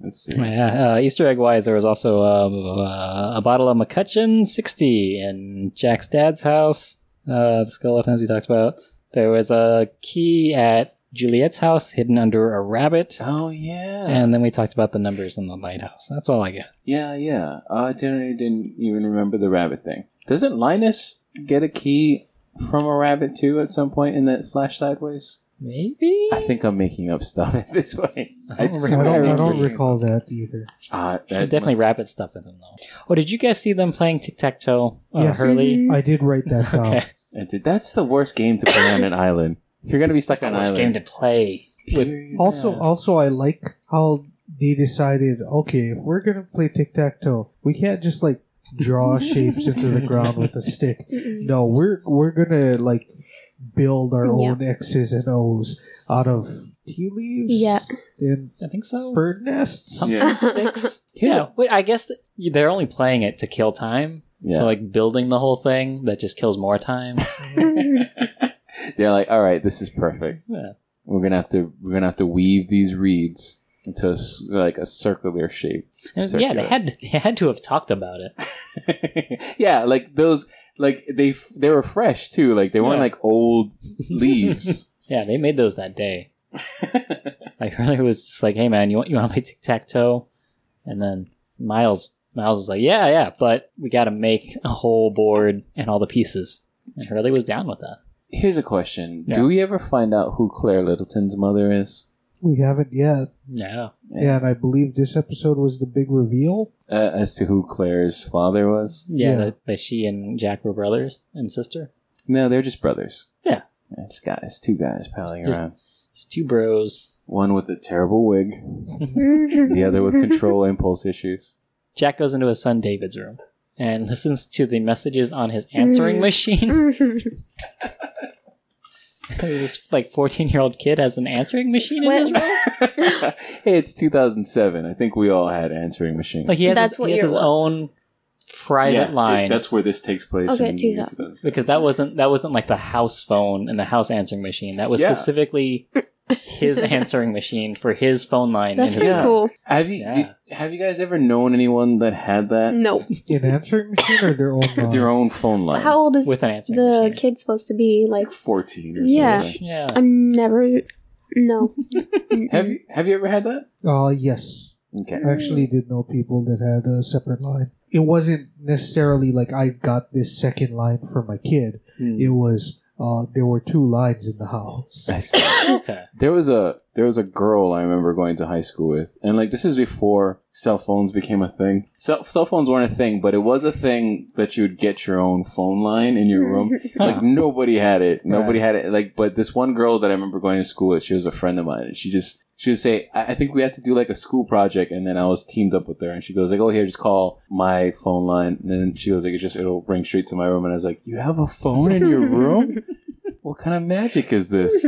Speaker 3: let's see.
Speaker 1: yeah, uh, Easter egg wise, there was also uh, a bottle of McCutcheon 60 in Jack's dad's house. Uh, the skeletons we talked about. There was a key at Juliet's house hidden under a rabbit.
Speaker 3: Oh yeah.
Speaker 1: And then we talked about the numbers in the lighthouse. That's all I got.
Speaker 3: Yeah, yeah. Uh, I didn't, didn't even remember the rabbit thing. Doesn't Linus get a key from a rabbit too at some point in that flash sideways?
Speaker 1: Maybe?
Speaker 3: I think I'm making up stuff at this point.
Speaker 1: I don't
Speaker 2: I don't, I don't recall that either.
Speaker 3: Uh,
Speaker 1: There's definitely rabbit stuff in them, though. Oh, did you guys see them playing tic tac toe? Uh,
Speaker 2: Yes.
Speaker 1: Hurley?
Speaker 2: I did write that down.
Speaker 1: Okay.
Speaker 3: rabbit. That's the worst game to play on an island. If you're gonna be stuck
Speaker 1: That's the
Speaker 3: on an
Speaker 1: worst game
Speaker 3: island.
Speaker 1: to play.
Speaker 3: Period.
Speaker 2: Also, uh,
Speaker 3: Yeah.
Speaker 2: also, I like how they decided. Okay, if we're gonna play tic tac toe, we can't just like draw shapes into the ground with a stick.
Speaker 4: Mm-mm.
Speaker 2: No, we're we're gonna like build our
Speaker 4: Yeah.
Speaker 2: own X's and O's out of tea leaves.
Speaker 4: Yeah.
Speaker 2: and
Speaker 1: I think so.
Speaker 2: bird nests.
Speaker 3: Yeah.
Speaker 1: Pumpkin sticks. Yeah, wait, I guess th- they're only playing it to kill time.
Speaker 3: Yeah.
Speaker 1: So like building the whole thing that just kills more time.
Speaker 3: They're like, all right, this is perfect.
Speaker 1: Yeah.
Speaker 3: We're gonna have to we're gonna have to weave these reeds into a s like a circular shape.
Speaker 1: And yeah, they
Speaker 3: Circular.
Speaker 1: had they had to have talked about it.
Speaker 3: yeah, like those, like they they were fresh too. Like they weren't
Speaker 1: Yeah.
Speaker 3: like old leaves.
Speaker 1: Yeah, they made those that day. like Hurley was just like, "Hey man, you want you want to play tic tac toe?" And then Miles Miles was like, "Yeah, yeah, but we got to make a whole board and all the pieces." And Hurley was down with that.
Speaker 3: Here's a question:
Speaker 1: Yeah.
Speaker 3: Do we ever find out who Claire Littleton's mother is?
Speaker 2: We haven't yet.
Speaker 1: Yeah,
Speaker 3: Yeah.
Speaker 2: Yeah, and I believe this episode was the big reveal.
Speaker 3: Uh, as to who Claire's father was?
Speaker 1: yeah,
Speaker 2: Yeah.
Speaker 1: That, that she and Jack were brothers and sister.
Speaker 3: No, they're just brothers.
Speaker 1: Yeah.
Speaker 3: Yeah, just guys, two guys palling
Speaker 1: Just-
Speaker 3: around.
Speaker 1: Just two bros.
Speaker 3: One with a terrible wig, the other with control impulse issues.
Speaker 1: Jack goes into his son David's room and listens to the messages on his answering
Speaker 4: Mm.
Speaker 1: machine.
Speaker 4: Mhm.
Speaker 1: this like fourteen year old kid has an answering machine in
Speaker 4: What-
Speaker 1: his room.
Speaker 3: hey, it's 2007. I think we all had answering machines.
Speaker 1: Like he has
Speaker 4: That's
Speaker 1: his,
Speaker 4: what
Speaker 1: he has
Speaker 4: year
Speaker 1: his
Speaker 4: it was.
Speaker 1: own private
Speaker 3: Yeah, it-
Speaker 1: line
Speaker 3: that's where this takes place.
Speaker 4: Okay,
Speaker 3: in
Speaker 4: 2000.
Speaker 3: 2000.
Speaker 1: because that wasn't that wasn't like the house phone and the house answering machine. That was
Speaker 3: Yeah.
Speaker 1: specifically his answering machine for his phone line.
Speaker 4: That's
Speaker 1: and his
Speaker 4: pretty
Speaker 3: Yeah.
Speaker 4: cool.
Speaker 3: Have you
Speaker 1: Yeah.
Speaker 3: did- have you guys ever known anyone that had that?
Speaker 4: No.
Speaker 2: An answering machine or their own line?
Speaker 3: Their own phone line.
Speaker 4: How old is
Speaker 1: with an answering
Speaker 4: the
Speaker 1: machine.
Speaker 4: kid supposed to be? Like,
Speaker 3: Like fourteen or
Speaker 4: Yeah.
Speaker 3: something.
Speaker 1: Yeah.
Speaker 4: I'm never. No. Mm-mm.
Speaker 3: Have you have you ever had that?
Speaker 2: Uh, yes.
Speaker 3: Okay.
Speaker 4: Uh,
Speaker 2: I actually did know people that had a separate line. It wasn't necessarily like I got this second line for my kid.
Speaker 1: Hmm.
Speaker 2: It was uh, there were two lines in the house.
Speaker 3: I see.
Speaker 1: Okay.
Speaker 3: There was a there was a girl I remember going to high school with, and like this is before cell phones became a thing. Cell cell phones weren't a thing, but it was a thing that you would get your own phone line in
Speaker 4: Hmm.
Speaker 3: your room. Like nobody had it, nobody had it. Like, but this one girl that I remember going to school with, she was a friend of mine, and she just she would say, I, "I think we have to do like a school project," and then I was teamed up with her, and she goes like, "Oh, here, just call my phone line," and then she goes like, "It just it'll ring straight to my room," and I was like, "You have a phone in your room? what kind of magic is this?"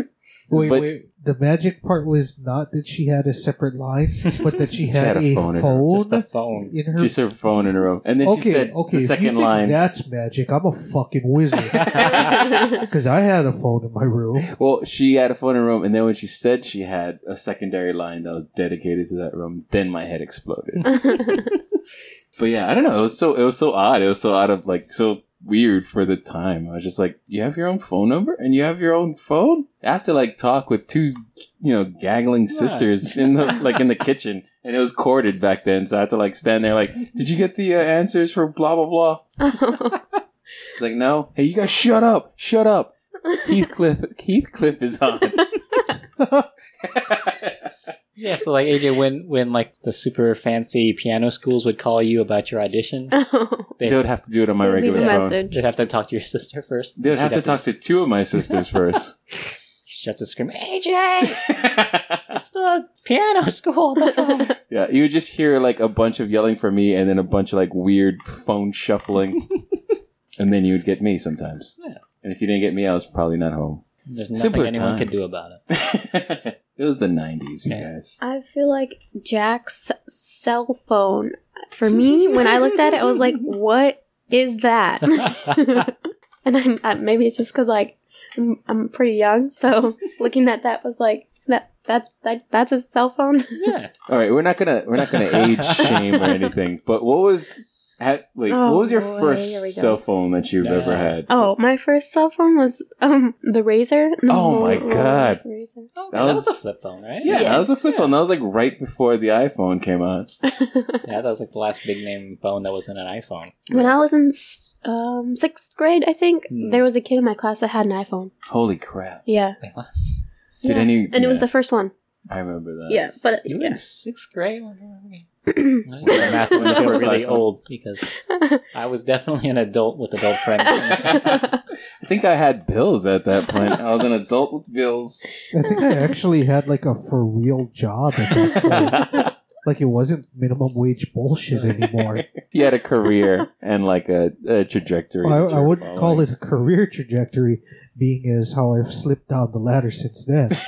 Speaker 2: Wait,
Speaker 3: But-
Speaker 2: wait. The magic part was not that she had a separate line, but that she had, a phone,
Speaker 3: in her-
Speaker 1: Just the phone.
Speaker 2: in her.
Speaker 3: She said phone in her room, and then
Speaker 2: okay,
Speaker 3: she said
Speaker 2: okay.
Speaker 3: the
Speaker 2: if you
Speaker 3: second
Speaker 2: think
Speaker 3: line.
Speaker 2: That's magic. I'm a fucking wizard because I had a phone in my room.
Speaker 3: Well, she had a phone in her room, and then when she said she had a secondary line that was dedicated to that room, then my head exploded. but yeah, I don't know. It was so it was so odd. It was so out of like so weird for the time. I was just like, you have your own phone number and you have your own phone. I have to like talk with two, you know, gaggling
Speaker 1: Yeah.
Speaker 3: sisters in the like in the kitchen, and it was corded back then, so I had to like stand there like, did you get the uh, answers for blah blah blah?
Speaker 4: Oh.
Speaker 3: It's like, no. Hey, you guys, shut up, shut up. Heathcliff, Heathcliff is on.
Speaker 1: Yeah, so like AJ, when when like the super fancy piano schools would call you about your audition,
Speaker 3: they would have to do it on my
Speaker 4: Leave
Speaker 3: regular
Speaker 4: a
Speaker 3: phone.
Speaker 4: message.
Speaker 1: you'd have to talk to your sister first.
Speaker 3: They would have
Speaker 1: She'd
Speaker 3: to talk to two of my sisters first.
Speaker 1: She'd have to scream, AJ, it's the piano school. the
Speaker 4: um,
Speaker 1: phone."
Speaker 3: yeah, you would just hear like a bunch of yelling for me, and then a bunch of like weird phone shuffling, and then you would get me sometimes.
Speaker 1: Yeah.
Speaker 3: And if you didn't get me, I was probably not home.
Speaker 1: There's nothing
Speaker 3: Simpler
Speaker 1: anyone
Speaker 3: time.
Speaker 1: could do about it.
Speaker 3: it was the '90s, you
Speaker 1: Yeah.
Speaker 3: guys.
Speaker 4: I feel like Jack's cell phone. For me, when I looked at it, I was like, "What is that?" and I'm, I, maybe it's just because like I'm, I'm pretty young, so looking at that was like that that that that's a cell phone.
Speaker 1: Yeah.
Speaker 3: All right, we're not gonna we're not gonna age shame or anything. But what was had, like
Speaker 4: Oh,
Speaker 3: what was your
Speaker 4: boy, here we
Speaker 3: first
Speaker 4: go.
Speaker 3: cell phone that you've
Speaker 1: Yeah.
Speaker 3: ever had?
Speaker 4: Oh, my first cell phone was um the Razor. the
Speaker 3: Oh my
Speaker 4: Motorola
Speaker 3: God.
Speaker 4: Razor.
Speaker 1: Okay,
Speaker 3: That
Speaker 1: that, was,
Speaker 3: was-
Speaker 1: a flip phone, right?
Speaker 3: Yeah, that was a flip
Speaker 1: Yeah.
Speaker 3: phone. That was like right before the iPhone came out.
Speaker 1: Yeah, that was like the last big name phone that wasn't an iPhone.
Speaker 4: When I was in s- um sixth grade, I think
Speaker 1: Hmm.
Speaker 4: there was a kid in my class that had an iPhone.
Speaker 3: Holy crap!
Speaker 4: Yeah,
Speaker 1: Wait, what?
Speaker 3: Did
Speaker 4: Yeah.
Speaker 3: any?
Speaker 4: and it was
Speaker 3: yeah,
Speaker 4: the first one.
Speaker 3: I remember that.
Speaker 4: yeah, but
Speaker 1: You were
Speaker 4: yeah.
Speaker 1: in sixth grade? I just did math when I was really old because I was definitely an adult with adult friends.
Speaker 3: I think I had bills at that point. I was an adult with bills.
Speaker 2: I think I actually had like a for real job. At that point.
Speaker 3: you
Speaker 2: Like it wasn't minimum wage bullshit anymore.
Speaker 3: had a career and like a, a trajectory.
Speaker 2: I,
Speaker 3: that you
Speaker 2: I
Speaker 3: were
Speaker 2: wouldn't call
Speaker 3: following.
Speaker 2: it a career trajectory, being as how I've slipped down the ladder since then.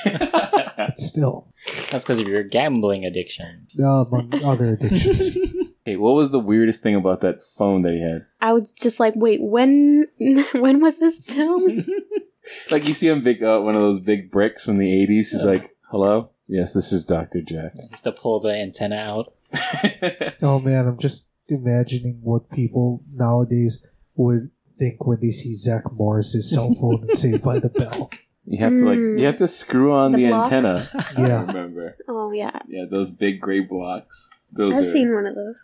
Speaker 2: But still,
Speaker 1: That's because of your gambling addiction.
Speaker 2: uh, among other addictions.
Speaker 3: hey, what was the weirdest thing about that phone that he had?
Speaker 4: I was just like, wait, when when was this film?
Speaker 3: Like you see him big uh, one of those big bricks from the '80s. He's like, "Hello, yes, this is Doctor Jack."
Speaker 1: Just to pull the antenna out.
Speaker 2: Oh man, I'm just imagining what people nowadays would think when they see Zach Morris's cell phone and Saved by the Bell.
Speaker 3: You have to like
Speaker 4: Mm.
Speaker 3: you have to screw on
Speaker 4: The
Speaker 3: the,
Speaker 4: block?
Speaker 3: antenna. I
Speaker 2: Yeah.
Speaker 3: remember.
Speaker 4: oh yeah,
Speaker 3: Yeah, those big gray blocks. Those
Speaker 4: I've
Speaker 3: are
Speaker 4: seen one of those.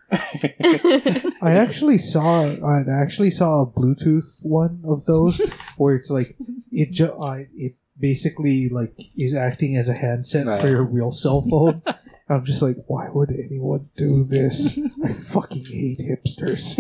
Speaker 2: I actually saw I actually saw a Bluetooth one of those where it's like it ju- I it basically like is acting as a handset for
Speaker 1: Right.
Speaker 2: your real cell phone. I'm just like, why would anyone do this? I fucking hate hipsters.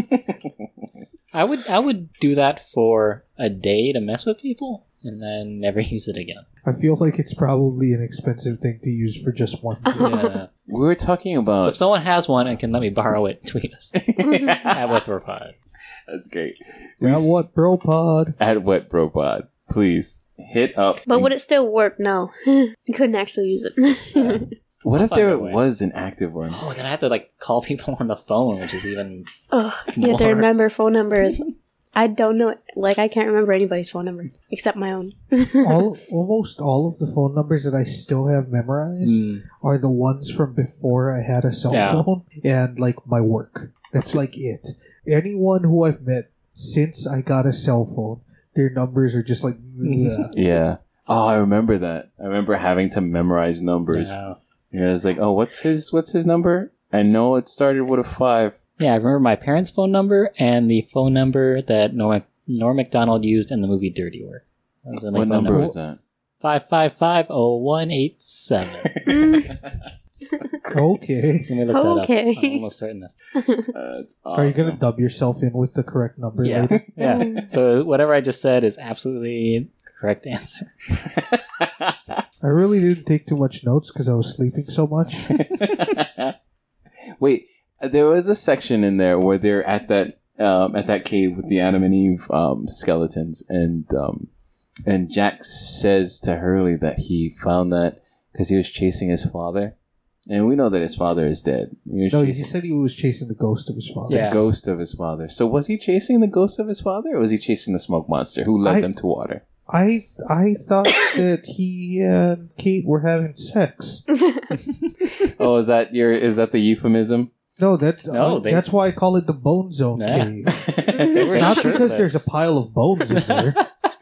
Speaker 1: I would I would do that for a day to mess with people and then never use it again.
Speaker 2: I feel like it's probably an expensive thing to use for just one.
Speaker 3: Uh,
Speaker 2: day.
Speaker 1: Yeah.
Speaker 3: We were talking
Speaker 1: so
Speaker 3: about
Speaker 1: if someone has one and can let me borrow it, tweet us at WhipperPod.
Speaker 3: That's great. We
Speaker 2: Now
Speaker 3: s-
Speaker 2: what, bro pod?
Speaker 3: At Wet Bro Pod. Please hit up.
Speaker 4: but would it still work? No, you couldn't actually use it.
Speaker 3: What
Speaker 1: I'll
Speaker 3: if
Speaker 1: find
Speaker 3: there
Speaker 1: a way.
Speaker 3: was an active one?
Speaker 1: Oh, then I have to like call people on the phone, which is even
Speaker 4: Ugh, you have to
Speaker 1: More.
Speaker 4: remember phone numbers. I don't know. Like, I can't remember anybody's phone number except my own.
Speaker 2: all almost all of the phone numbers that I still have memorized
Speaker 1: mm,
Speaker 2: are the ones from before I had a cell
Speaker 1: Yeah.
Speaker 2: phone and like my work. That's like it. Anyone who I've met since I got a cell phone, their numbers are just like bleh.
Speaker 3: Yeah. Oh, I remember that. I remember having to memorize numbers. Yeah.
Speaker 1: Yeah.
Speaker 3: I was like, oh, what's his what's his number? I know it started with a five.
Speaker 1: Yeah, I remember my parents' phone number and the phone number that Norm, Norm MacDonald used in the movie Dirty Work. That was the only
Speaker 3: what
Speaker 1: phone
Speaker 3: number was that?
Speaker 1: Five five five oh one eight seven.
Speaker 4: Mm,
Speaker 2: okay.
Speaker 1: Let me look that
Speaker 4: Okay.
Speaker 1: up. I'm almost certain that's
Speaker 3: That's
Speaker 2: Are you gonna
Speaker 3: awesome.
Speaker 2: dub yourself in with the correct number
Speaker 1: yeah.
Speaker 2: later?
Speaker 4: Oh,
Speaker 1: yeah. So whatever I just said is absolutely the correct answer.
Speaker 2: I really didn't take too much notes because I was sleeping so much.
Speaker 3: Wait, there was a section in there where they're at that um, at that cave with the Adam and Eve um, skeletons, and um, and Jack says to Hurley that he found that because he was chasing his father, and we know that his father is dead. He was
Speaker 2: No,
Speaker 3: chasing
Speaker 2: he said he was chasing the ghost of his father.
Speaker 3: the
Speaker 1: Yeah.
Speaker 3: ghost of his father. So was he chasing the ghost of his father, or was he chasing the smoke monster who led
Speaker 2: I-
Speaker 3: them to water?
Speaker 2: I I thought that he and Kate were having sex.
Speaker 3: oh, is that your is that the euphemism?
Speaker 2: No, that
Speaker 1: No,
Speaker 2: uh,
Speaker 1: they-
Speaker 2: that's why I call it the bone zone
Speaker 1: Yeah.
Speaker 2: cave.
Speaker 1: They were
Speaker 2: Not
Speaker 1: sure
Speaker 2: because
Speaker 1: that's-
Speaker 2: there's a pile of bones in there.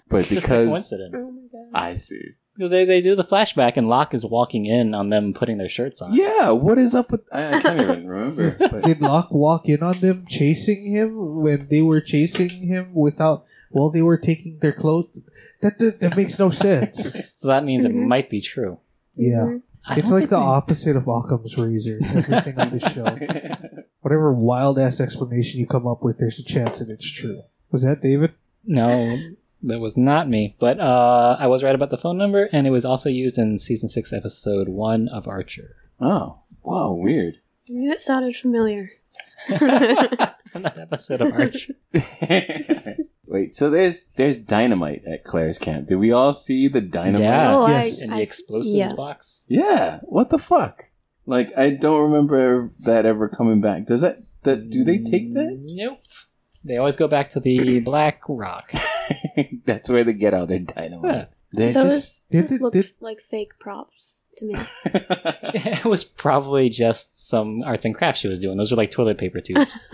Speaker 3: but
Speaker 1: It's just a
Speaker 3: because
Speaker 1: coincidence.
Speaker 4: oh my god.
Speaker 3: I see.
Speaker 1: They, they do the flashback and Locke is walking in on them putting their shirts on.
Speaker 3: Yeah, what is up with? I, I can't even remember. But
Speaker 2: Did Locke walk in on them chasing him when they were chasing him without while they were taking their clothes? That that, that makes no sense.
Speaker 1: So that means it
Speaker 3: Mm-hmm.
Speaker 4: Mhm.
Speaker 1: might be true.
Speaker 2: Yeah.
Speaker 4: Mhm.
Speaker 1: I
Speaker 2: It's
Speaker 1: don't
Speaker 2: like
Speaker 1: think
Speaker 2: the
Speaker 1: they-
Speaker 2: opposite of Occam's razor. Everything on this show. Whatever wild ass explanation you come up with, there's a chance that it's true. Was that David?
Speaker 1: No, that was not me. But uh, I was right about the phone number, and it was also used in season six, episode one of Archer.
Speaker 3: Oh, wow, weird.
Speaker 4: You sounded familiar.
Speaker 1: that episode of Archer.
Speaker 3: Wait, so there's there's dynamite at Claire's camp. Did we all see the dynamite?
Speaker 1: Yeah.
Speaker 4: oh,
Speaker 2: yes.
Speaker 4: I,
Speaker 1: And
Speaker 4: I
Speaker 1: the
Speaker 4: s-
Speaker 1: explosives
Speaker 4: yeah.
Speaker 1: box.
Speaker 3: Yeah, What the fuck? Like, I don't remember that ever coming back. Does that? that do they take that?
Speaker 1: Nope. They always go back to the black rock.
Speaker 3: That's where they get all their dynamite. They're
Speaker 4: Those
Speaker 2: Did
Speaker 4: just
Speaker 2: it-
Speaker 4: looked
Speaker 2: did-
Speaker 4: like fake props to me.
Speaker 3: just.
Speaker 1: it was probably just some arts and crafts she was doing. Those were like toilet paper tubes.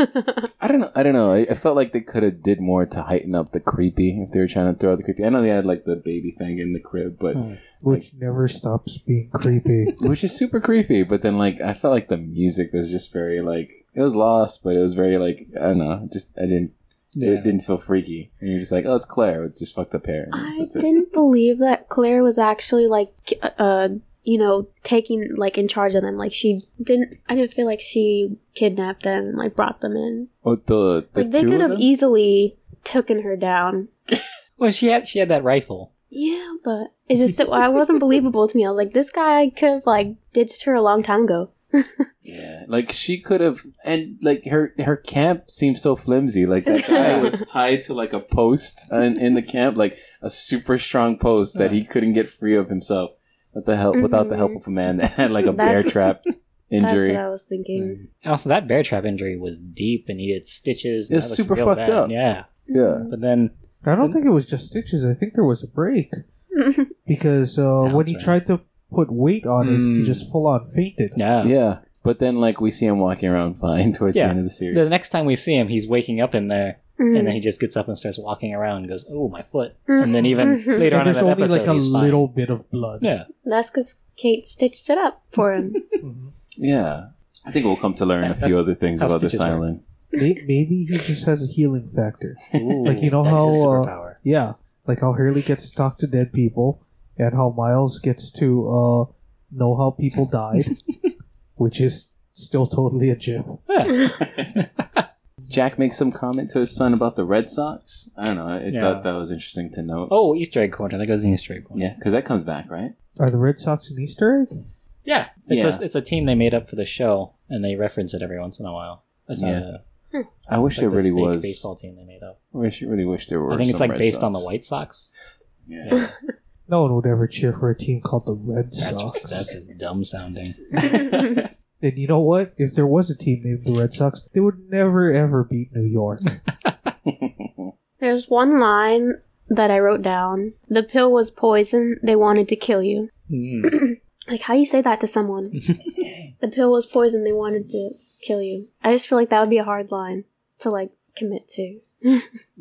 Speaker 3: I don't know. I don't know. I, I felt like they could have did more to heighten up the creepy if they were trying to throw out the creepy. I know they had like the baby thing in the crib, but
Speaker 1: Hmm.
Speaker 2: Which never stops being creepy.
Speaker 3: which is super creepy. But then, like, I felt like the music was just very like it was lost, but it was very like I don't know. Just I didn't
Speaker 1: Yeah.
Speaker 3: it didn't feel freaky, and you're just like, oh, it's Claire with just fucked up hair. And
Speaker 4: I
Speaker 3: that's it.
Speaker 4: didn't believe that Claire was actually like, uh, you know, taking like in charge of them. Like she didn't. I didn't feel like she kidnapped them and like brought them in.
Speaker 3: Oh, the, the
Speaker 4: Like they
Speaker 3: two
Speaker 4: could
Speaker 3: of
Speaker 4: have
Speaker 3: them?
Speaker 4: easily taken her down.
Speaker 1: well, she had she had that rifle.
Speaker 4: Yeah, but it's just that I wasn't believable to me. I was like, this guy could have like ditched her a long time ago.
Speaker 3: Yeah, like she could have, and like her her camp seemed so flimsy. Like that guy was tied to like a post in, in the camp, like a super strong post that he couldn't get free of himself. With the help, without the help of a man that had like a bear
Speaker 4: That's-
Speaker 3: trap
Speaker 4: That's
Speaker 3: injury.
Speaker 4: what I was thinking.
Speaker 1: And also, that bear trap injury was deep and needed stitches. and
Speaker 3: It's
Speaker 1: that looked
Speaker 3: super
Speaker 1: real
Speaker 3: fucked
Speaker 1: bad.
Speaker 3: up.
Speaker 1: Yeah.
Speaker 3: Yeah.
Speaker 4: Mm-hmm.
Speaker 1: But then
Speaker 2: I don't think it was just stitches. I think there was a break
Speaker 4: Mm-hmm.
Speaker 2: because uh,
Speaker 1: Sounds
Speaker 2: when he
Speaker 1: right.
Speaker 2: tried to put weight on it,
Speaker 1: Mm.
Speaker 2: he just full on fainted.
Speaker 1: no.
Speaker 3: Yeah, but then like we see him walking around fine towards
Speaker 1: Yeah.
Speaker 3: the end of the series.
Speaker 1: The next time we see him, he's waking up in there, and
Speaker 4: Mhm.
Speaker 1: then
Speaker 2: Mm.
Speaker 1: he just gets up and starts walking around and goes, "Oh, my foot!" And then even
Speaker 4: Mhm.
Speaker 1: later on
Speaker 2: And
Speaker 1: in
Speaker 2: there's
Speaker 1: that
Speaker 2: only
Speaker 1: episode,
Speaker 2: like a
Speaker 1: he's fine.
Speaker 2: little bit of blood.
Speaker 1: Yeah,
Speaker 4: That's because Kate stitched it up for him.
Speaker 2: Mhm.
Speaker 3: Yeah, I think we'll come to learn a few other things
Speaker 1: how
Speaker 3: about this
Speaker 1: stitches work.
Speaker 3: island.
Speaker 2: May- Maybe he just has a healing factor. Like, you know
Speaker 1: that's his
Speaker 2: how, uh,
Speaker 1: superpower.
Speaker 2: Yeah, like how Hurley gets to talk to dead people, and how Miles gets to uh, know how people died, which is still totally a gem.
Speaker 1: Yeah.
Speaker 3: Jack makes some comment to his son about the Red Sox. I don't know. I
Speaker 1: Yeah.
Speaker 3: thought that was interesting to note. Oh.
Speaker 1: Oh, Easter egg corner. That goes in Easter egg corner.
Speaker 3: Yeah, because that comes back, right?
Speaker 2: Are the Red Sox an Easter egg?
Speaker 1: yeah. It's
Speaker 3: Yeah.
Speaker 1: A, it's a team they made up for the show, and they reference it every once in a while. That's not
Speaker 3: Yeah.
Speaker 1: a,
Speaker 3: I wish
Speaker 1: like
Speaker 3: there
Speaker 1: this
Speaker 3: really
Speaker 1: fake
Speaker 3: was.
Speaker 1: baseball team they made up.
Speaker 3: I wish, really wish there were.
Speaker 1: I think it's
Speaker 3: some
Speaker 1: like
Speaker 3: Red
Speaker 1: based on the
Speaker 3: Sox.
Speaker 1: White Sox.
Speaker 3: Yeah.
Speaker 2: No one would ever cheer for a team called the Red
Speaker 1: That's
Speaker 2: Sox.
Speaker 1: just, that's just dumb sounding.
Speaker 2: And you know what? If there was a team named the Red Sox, they would never ever beat New York.
Speaker 4: There's one line that I wrote down. The pill was poison. They wanted to kill you.
Speaker 1: Mm.
Speaker 4: Like, how do you say that to someone? the pill was poison. They wanted to kill you. I just feel like that would be a hard line to, like, commit to.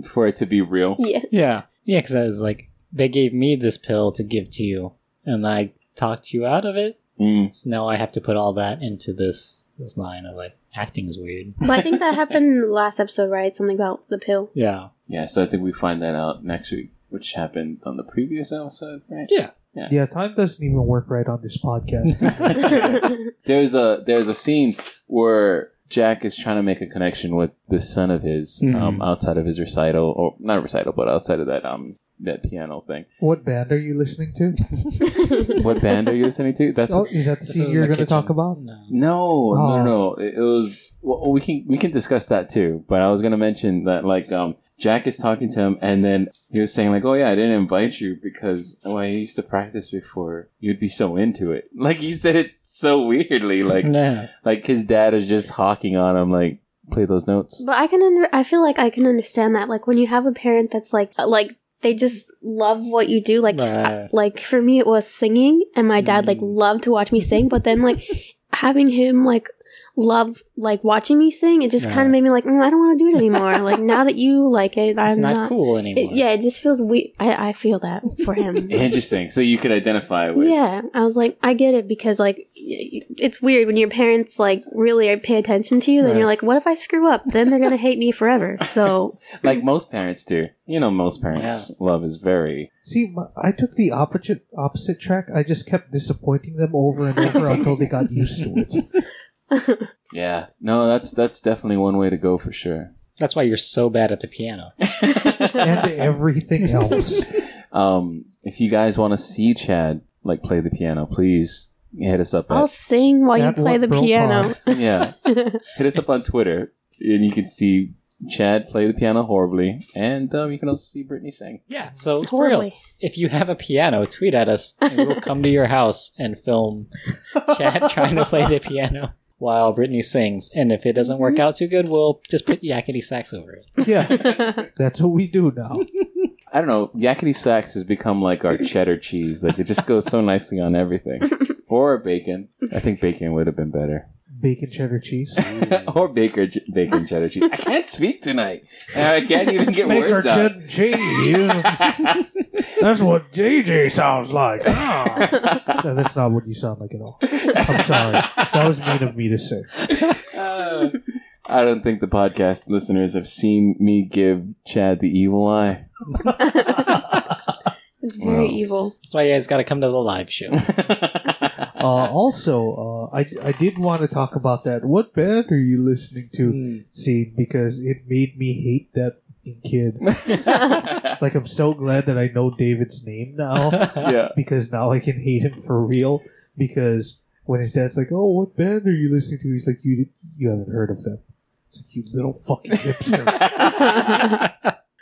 Speaker 3: for it to be real.
Speaker 4: Yeah.
Speaker 1: Yeah, yeah, because I was like, they gave me this pill to give to you, and I talked you out of it.
Speaker 3: Mm.
Speaker 1: So now I have to put all that into this this line of like acting is weird.
Speaker 4: But I think that happened last episode, right? Something about the pill.
Speaker 1: Yeah,
Speaker 3: Yeah, so I think we find that out next week, which happened on the previous episode, right?
Speaker 1: yeah.
Speaker 2: yeah, time doesn't even work right on this podcast.
Speaker 3: There's a there's a scene where Jack is trying to make a connection with this son of his
Speaker 1: Mhm.
Speaker 3: um, outside of his recital, or not recital, but outside of that um that piano thing.
Speaker 2: what band are you listening to?
Speaker 3: What band are you listening to? That's
Speaker 2: Oh, is that the
Speaker 1: This is
Speaker 2: scene
Speaker 1: in
Speaker 2: you're
Speaker 1: the
Speaker 2: going to talk
Speaker 1: kitchen.
Speaker 2: about?
Speaker 1: No.
Speaker 3: No,
Speaker 2: Oh.
Speaker 3: no, no. It, it was. Well, we can we can discuss that too. But I was gonna mention that like um Jack is talking to him, and then he was saying like, "Oh yeah, I didn't invite you because when I used to practice before, you'd be so into it." Like he said it so weirdly. Like
Speaker 1: No.
Speaker 3: like his dad is just hawking on him, like play those notes.
Speaker 4: But I can under- I feel like I can understand that. Like when you have a parent that's like uh, like they just love what you do. Like s- uh,
Speaker 1: Right.
Speaker 4: like for me it was singing and my dad like
Speaker 1: Mm.
Speaker 4: loved to watch me sing, but then like having him like love like watching me sing, it just kind
Speaker 1: Right.
Speaker 4: of made me like mm, I don't want to do it anymore. like now that you like it, I'm
Speaker 1: It's not,
Speaker 4: not,
Speaker 1: cool
Speaker 4: It,
Speaker 1: anymore.
Speaker 4: yeah, it just feels weird. I, I feel that for him.
Speaker 3: Interesting. So you could identify with.
Speaker 4: Yeah, I was like, I get it because like y- y- it's weird when your parents like really pay attention to you, then
Speaker 1: Right.
Speaker 4: you're like, what if I screw up? Then they're gonna hate me forever. So
Speaker 3: Like most parents do. You know, most parents love is very.
Speaker 2: See, my, I took the opposite opposite track. I just kept disappointing them over and over until they got used to it.
Speaker 3: Yeah. No, that's that's definitely one way to go for sure.
Speaker 1: That's why you're so bad at the piano.
Speaker 2: and everything else.
Speaker 3: Um, if you guys want to see Chad like play the piano, please hit us up.
Speaker 4: I'll
Speaker 3: At,
Speaker 4: sing while you
Speaker 2: That
Speaker 4: play
Speaker 2: one
Speaker 4: the
Speaker 2: broke
Speaker 4: piano.
Speaker 3: yeah, hit us up on Twitter, and you can see Chad play the piano horribly, and um, you can also see Brittany sing.
Speaker 1: Yeah. So for real,
Speaker 4: Totally.
Speaker 1: if you have a piano, tweet at us, and we'll come to your house and film Chad trying to play the piano while Brittany sings. And if it doesn't work out too good, we'll just put yakety sax over it.
Speaker 2: Yeah, that's what we do now.
Speaker 3: I don't know. Yakety sax has become like our cheddar cheese. Like it just goes so nicely on everything. Or bacon. I think bacon would have been better.
Speaker 2: Bacon cheddar cheese.
Speaker 1: Mm.
Speaker 3: or baker ch- bacon cheddar cheese. I can't speak tonight. I can't even get
Speaker 2: Bacon
Speaker 3: words out.
Speaker 2: cheddar cheese. That's what JJ sounds like. Ah. No, that's not what you sound like at all. I'm sorry. That was mean of me to say.
Speaker 3: Uh, I don't think the podcast listeners have seen me give Chad the evil eye.
Speaker 4: it's very
Speaker 3: Wow.
Speaker 4: evil.
Speaker 1: That's why you guys got to come to the live show.
Speaker 2: Uh, also, uh, I, I did want to talk about that. What band are you listening to?
Speaker 1: Mm.
Speaker 2: Scene because it made me hate that fucking kid. Like I'm so glad that I know David's name
Speaker 1: Oh,
Speaker 2: now
Speaker 3: yeah.
Speaker 2: because now I can hate him for real. Because when his dad's like, "Oh, what band are you listening to?" He's like, "You you haven't heard of them." It's like you little fucking hipster.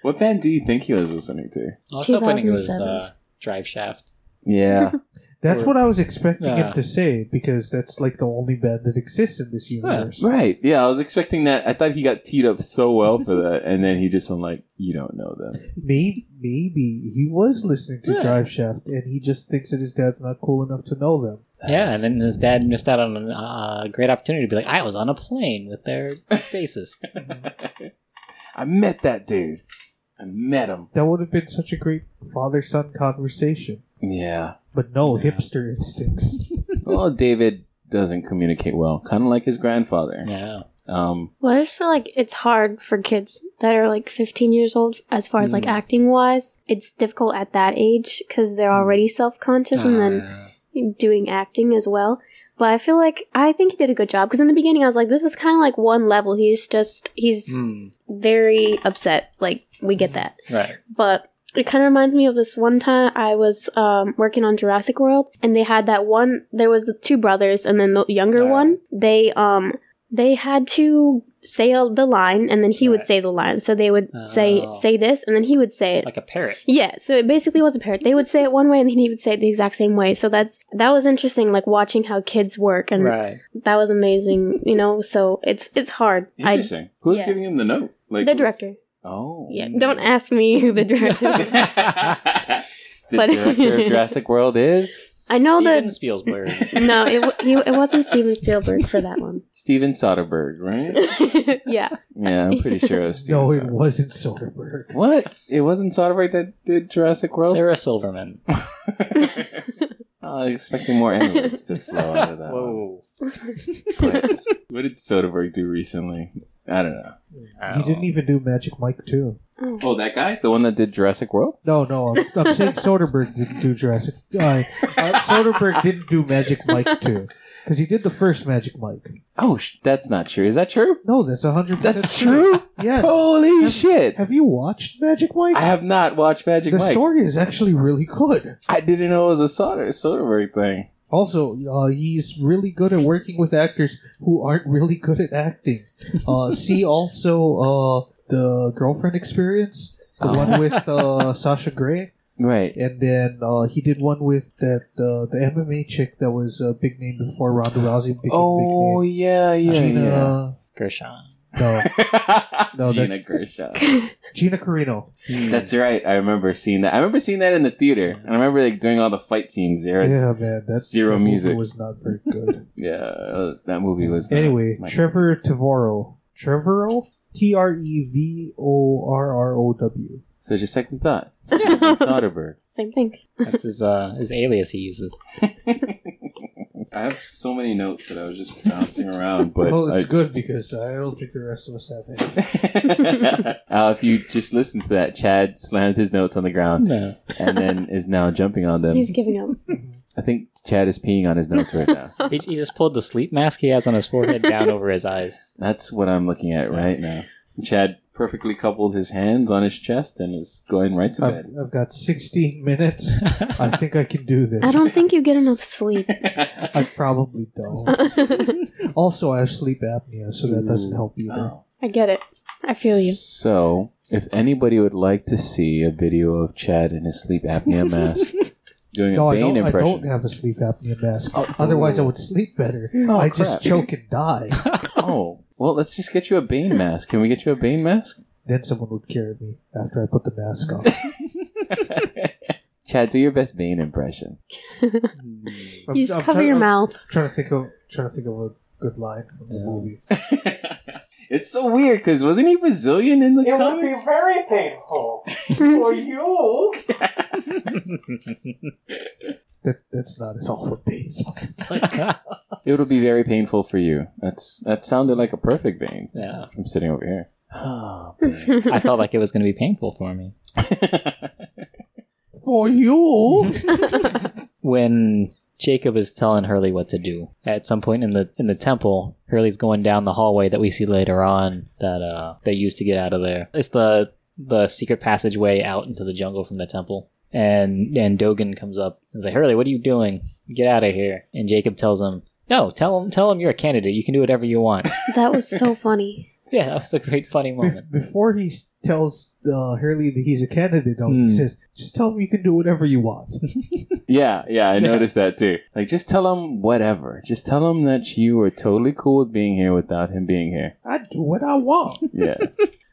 Speaker 3: What band do you think he was listening to?
Speaker 1: I was hoping it was
Speaker 4: 2007.
Speaker 1: uh, Drive Shaft.
Speaker 3: Yeah.
Speaker 2: that's what I was expecting
Speaker 1: Yeah.
Speaker 2: him to say because that's like the only band that exists in this universe.
Speaker 3: right. Yeah, I was expecting that. I thought he got teed up so well for that, and then he just went like, "You don't know them."
Speaker 2: Maybe maybe he was listening to
Speaker 1: Yeah.
Speaker 2: Drive Shaft and he just thinks that his dad's not cool enough to know them.
Speaker 1: Yeah, and then his dad missed out on a uh, great opportunity to be like, I was on a plane with their bassist.
Speaker 3: I met that dude. I met him.
Speaker 2: That would have been such a great father son conversation.
Speaker 3: Yeah.
Speaker 2: But no
Speaker 1: Yeah.
Speaker 2: hipster instincts.
Speaker 3: Well, David doesn't communicate well, kind of like his grandfather.
Speaker 1: yeah.
Speaker 3: Um,
Speaker 4: Well, I just feel like it's hard for kids that are like 15 years old as far as like
Speaker 1: Mm.
Speaker 4: acting wise. It's difficult at that age because they're already self conscious and
Speaker 1: Uh,
Speaker 4: then doing acting as well. But I feel like I think he did a good job because in the beginning I was like, this is kind of like one level. He's just he's
Speaker 1: Mm.
Speaker 4: very upset. Like we get that,
Speaker 1: Right.
Speaker 4: but it kind of reminds me of this one time I was um, working on Jurassic World and they had that one. There was the two brothers and then the younger
Speaker 1: Right.
Speaker 4: one. They um they had to say a- the line and then he would
Speaker 1: Right.
Speaker 4: say the line. So they would say
Speaker 1: Oh.
Speaker 4: say this and then he would say it.
Speaker 1: like a parrot.
Speaker 4: yeah, so it basically was a parrot. They would say it one way and then he would say it the exact same way. So that's that was interesting like watching how kids work and
Speaker 1: Right.
Speaker 4: that was amazing, you know. So it's it's hard. I
Speaker 3: Interesting. Who's
Speaker 4: yeah.
Speaker 3: giving him the note? Like
Speaker 4: the
Speaker 3: who's-
Speaker 4: director.
Speaker 3: Oh,
Speaker 4: Yeah,
Speaker 1: Mm.
Speaker 4: don't ask me who the director
Speaker 3: the
Speaker 4: is. But-
Speaker 3: director of Jurassic World is
Speaker 4: I know
Speaker 1: Steven
Speaker 4: that
Speaker 1: Spielberg.
Speaker 4: no, it wa- he, it wasn't Steven Spielberg for that one.
Speaker 3: Steven Soderbergh, right?
Speaker 4: yeah,
Speaker 3: Yeah, I'm pretty sure it was Steven.
Speaker 2: no, it
Speaker 3: Soderbergh.
Speaker 2: wasn't Soderbergh.
Speaker 3: What? It wasn't Soderbergh that did Jurassic World.
Speaker 1: Sarah Silverman.
Speaker 3: I was expecting more animals to flow out of that. one. But what did Soderbergh do recently? I don't know.
Speaker 2: He didn't even do Magic Mike too.
Speaker 3: Oh, that guy, the one that did Jurassic World.
Speaker 2: No, no, I'm, I'm saying Soderbergh didn't do Jurassic. Uh, uh, Soderbergh didn't do Magic Mike too, because he did the first Magic Mike.
Speaker 3: Oh, sh- that's not true. Is that true?
Speaker 2: No, that's hundred percent.
Speaker 3: That's true.
Speaker 2: Yes.
Speaker 3: Holy
Speaker 2: Have-
Speaker 3: shit!
Speaker 2: Have you watched Magic Mike?
Speaker 3: I have not watched Magic
Speaker 2: the
Speaker 3: Mike.
Speaker 2: story is actually really good.
Speaker 3: I didn't know it was a Soder- Soderbergh thing.
Speaker 2: Also, uh, he's really good at working with actors who aren't really good at acting. Uh, see also uh, the girlfriend experience, the
Speaker 3: Oh.
Speaker 2: one with uh, Sasha Grey,
Speaker 3: Right.
Speaker 2: and then uh, he did one with that uh, the MMA chick that was a big name before Ronda Rousey became
Speaker 3: Oh
Speaker 2: a
Speaker 3: yeah,
Speaker 2: big
Speaker 3: yeah,
Speaker 2: name. Gina,
Speaker 1: Gershon.
Speaker 2: no,
Speaker 3: yeah.
Speaker 2: No,
Speaker 3: Gina Gershon.
Speaker 2: Gina Carino.
Speaker 3: That's right. I remember seeing that. I remember seeing that in the theater. And I remember like doing all the fight scenes there. It's-
Speaker 2: Yeah, man, that
Speaker 3: Zero
Speaker 2: that movie
Speaker 3: music.
Speaker 2: was not very good.
Speaker 3: Yeah, uh, that movie was. not
Speaker 2: anyway,
Speaker 3: my-
Speaker 2: Trevor Tavoro, Trevoro, T R E V O R R O W.
Speaker 3: so just like we thought, Soderbergh.
Speaker 4: same thing.
Speaker 1: That's his uh, his alias he uses.
Speaker 3: I have so many notes that I was just bouncing around, but
Speaker 2: well, it's
Speaker 3: I-
Speaker 2: good because I don't think the rest of us have any.
Speaker 3: uh, if you just listen to that, Chad slammed his notes on the ground
Speaker 1: No.
Speaker 3: and then is now jumping on
Speaker 1: Um,
Speaker 3: them.
Speaker 4: He's giving up.
Speaker 3: I think Chad is peeing on his notes right now.
Speaker 1: He, he just pulled the sleep mask he has on his forehead down over his eyes.
Speaker 3: That's what I'm looking at right now. Chad perfectly coupled his hands on his chest and is going right to
Speaker 2: I've,
Speaker 3: bed.
Speaker 2: I've got 16 minutes. I think I can do this.
Speaker 4: I don't think you get enough sleep.
Speaker 2: I probably
Speaker 4: Uh.
Speaker 2: don't.
Speaker 4: I
Speaker 2: Also, I have sleep apnea, so that doesn't help either.
Speaker 3: Oh.
Speaker 4: get it. I feel you.
Speaker 3: So, if anybody would like to see a video of Chad in his sleep apnea mask doing
Speaker 2: No,
Speaker 3: a
Speaker 2: I
Speaker 3: Bane
Speaker 2: don't, I
Speaker 3: impression,
Speaker 2: don't have a sleep apnea mask. Otherwise, I would sleep better.
Speaker 3: Oh,
Speaker 2: I just
Speaker 3: crap.
Speaker 2: choke and die.
Speaker 3: Oh, well, let's just get you a Bane mask. Can we get you a Bane mask?
Speaker 2: then someone would carry me after I put the mask on.
Speaker 3: Chad, do your best Bane impression.
Speaker 2: I'm-
Speaker 4: You just
Speaker 2: I'm
Speaker 4: cover
Speaker 2: try-
Speaker 4: your
Speaker 2: I'm
Speaker 4: mouth.
Speaker 2: Trying to think of trying to think of a good line from the movie.
Speaker 3: it's so weird because wasn't he Brazilian in the comics?
Speaker 2: very painful for you. that, that's not at all what Bane sounded.
Speaker 3: It'll be very painful for you. That's that sounded like a perfect Bane.
Speaker 1: Yeah.
Speaker 3: I'm sitting over here. Oh, Bane.
Speaker 1: I felt like it was going to be painful for me.
Speaker 2: For you.
Speaker 1: when Jacob is telling Hurley what to do. At some point in the in the temple, Hurley's going down the hallway that we see later on that uh they used to get out of there. It's the the secret passageway out into the jungle from the temple. And and Dogan comes up and is like, Hurley, what are you doing? Get out of here. And Jacob tells him, No, tell him tell him you're a candidate. You can do whatever you want.
Speaker 4: That was so funny.
Speaker 1: yeah, that was a great funny
Speaker 2: Be-
Speaker 1: moment.
Speaker 2: before he s- tells uh, Hurley that he's a candidate, though, he
Speaker 1: Hmm.
Speaker 2: says, "Just tell him you can do whatever you want."
Speaker 3: yeah, yeah, I noticed that too. Like, just tell him whatever. Just tell him that you were totally cool with being here without him being here.
Speaker 2: I do what I want.
Speaker 3: yeah.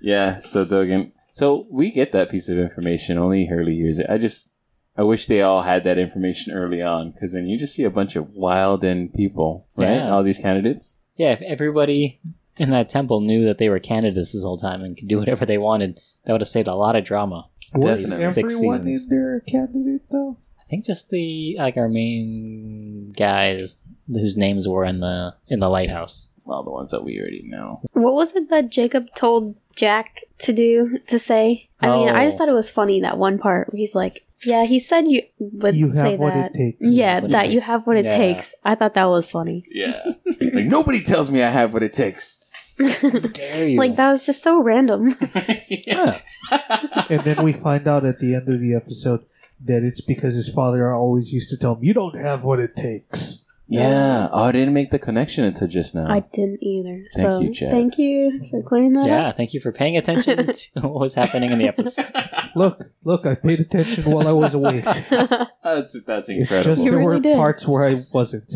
Speaker 3: Yeah, so Dogan. So we get that piece of information, only Hurley hears it. I just, I wish they all had that information early on, because then you just see a bunch of wild and people, right?
Speaker 1: Yeah.
Speaker 3: All these candidates.
Speaker 1: Yeah, if everybody in that temple knew that they were candidates this whole time and could do whatever they wanted, that would have saved a lot of drama.
Speaker 2: Was
Speaker 3: Definitely.
Speaker 1: Six
Speaker 2: everyone in
Speaker 1: seasons.
Speaker 2: there a candidate though?
Speaker 1: I think just the like our main guys whose names were in the in the lighthouse.
Speaker 3: Well, the ones that we already know.
Speaker 4: What was it that Jacob told Jack to do, to say? I mean, I just
Speaker 1: Oh.
Speaker 4: thought it was funny that one part where he's like, yeah, he said you would
Speaker 2: you
Speaker 4: say
Speaker 2: have what
Speaker 4: that.
Speaker 2: it takes.
Speaker 4: yeah,
Speaker 1: What it
Speaker 4: that you
Speaker 1: takes.
Speaker 4: have what it
Speaker 1: Yeah.
Speaker 4: takes. I thought that was funny.
Speaker 3: Yeah. like, nobody tells me I have what it takes.
Speaker 1: Dare you?
Speaker 4: like, that was just so random.
Speaker 1: Yeah.
Speaker 2: and then we find out at the end of the episode that it's because his father always used to tell him, "You don't have what it takes."
Speaker 3: Yeah. Oh, I didn't make the connection until just now.
Speaker 4: I didn't either.
Speaker 3: Thank
Speaker 4: so
Speaker 3: you, Chad.
Speaker 4: thank you for clearing that up.
Speaker 1: Yeah, thank you for paying attention to what was happening in the episode.
Speaker 2: Look, look, I paid attention while I was awake.
Speaker 3: that's that's
Speaker 2: It's
Speaker 3: incredible.
Speaker 2: just
Speaker 4: You
Speaker 2: there were
Speaker 4: really did.
Speaker 2: parts where I wasn't.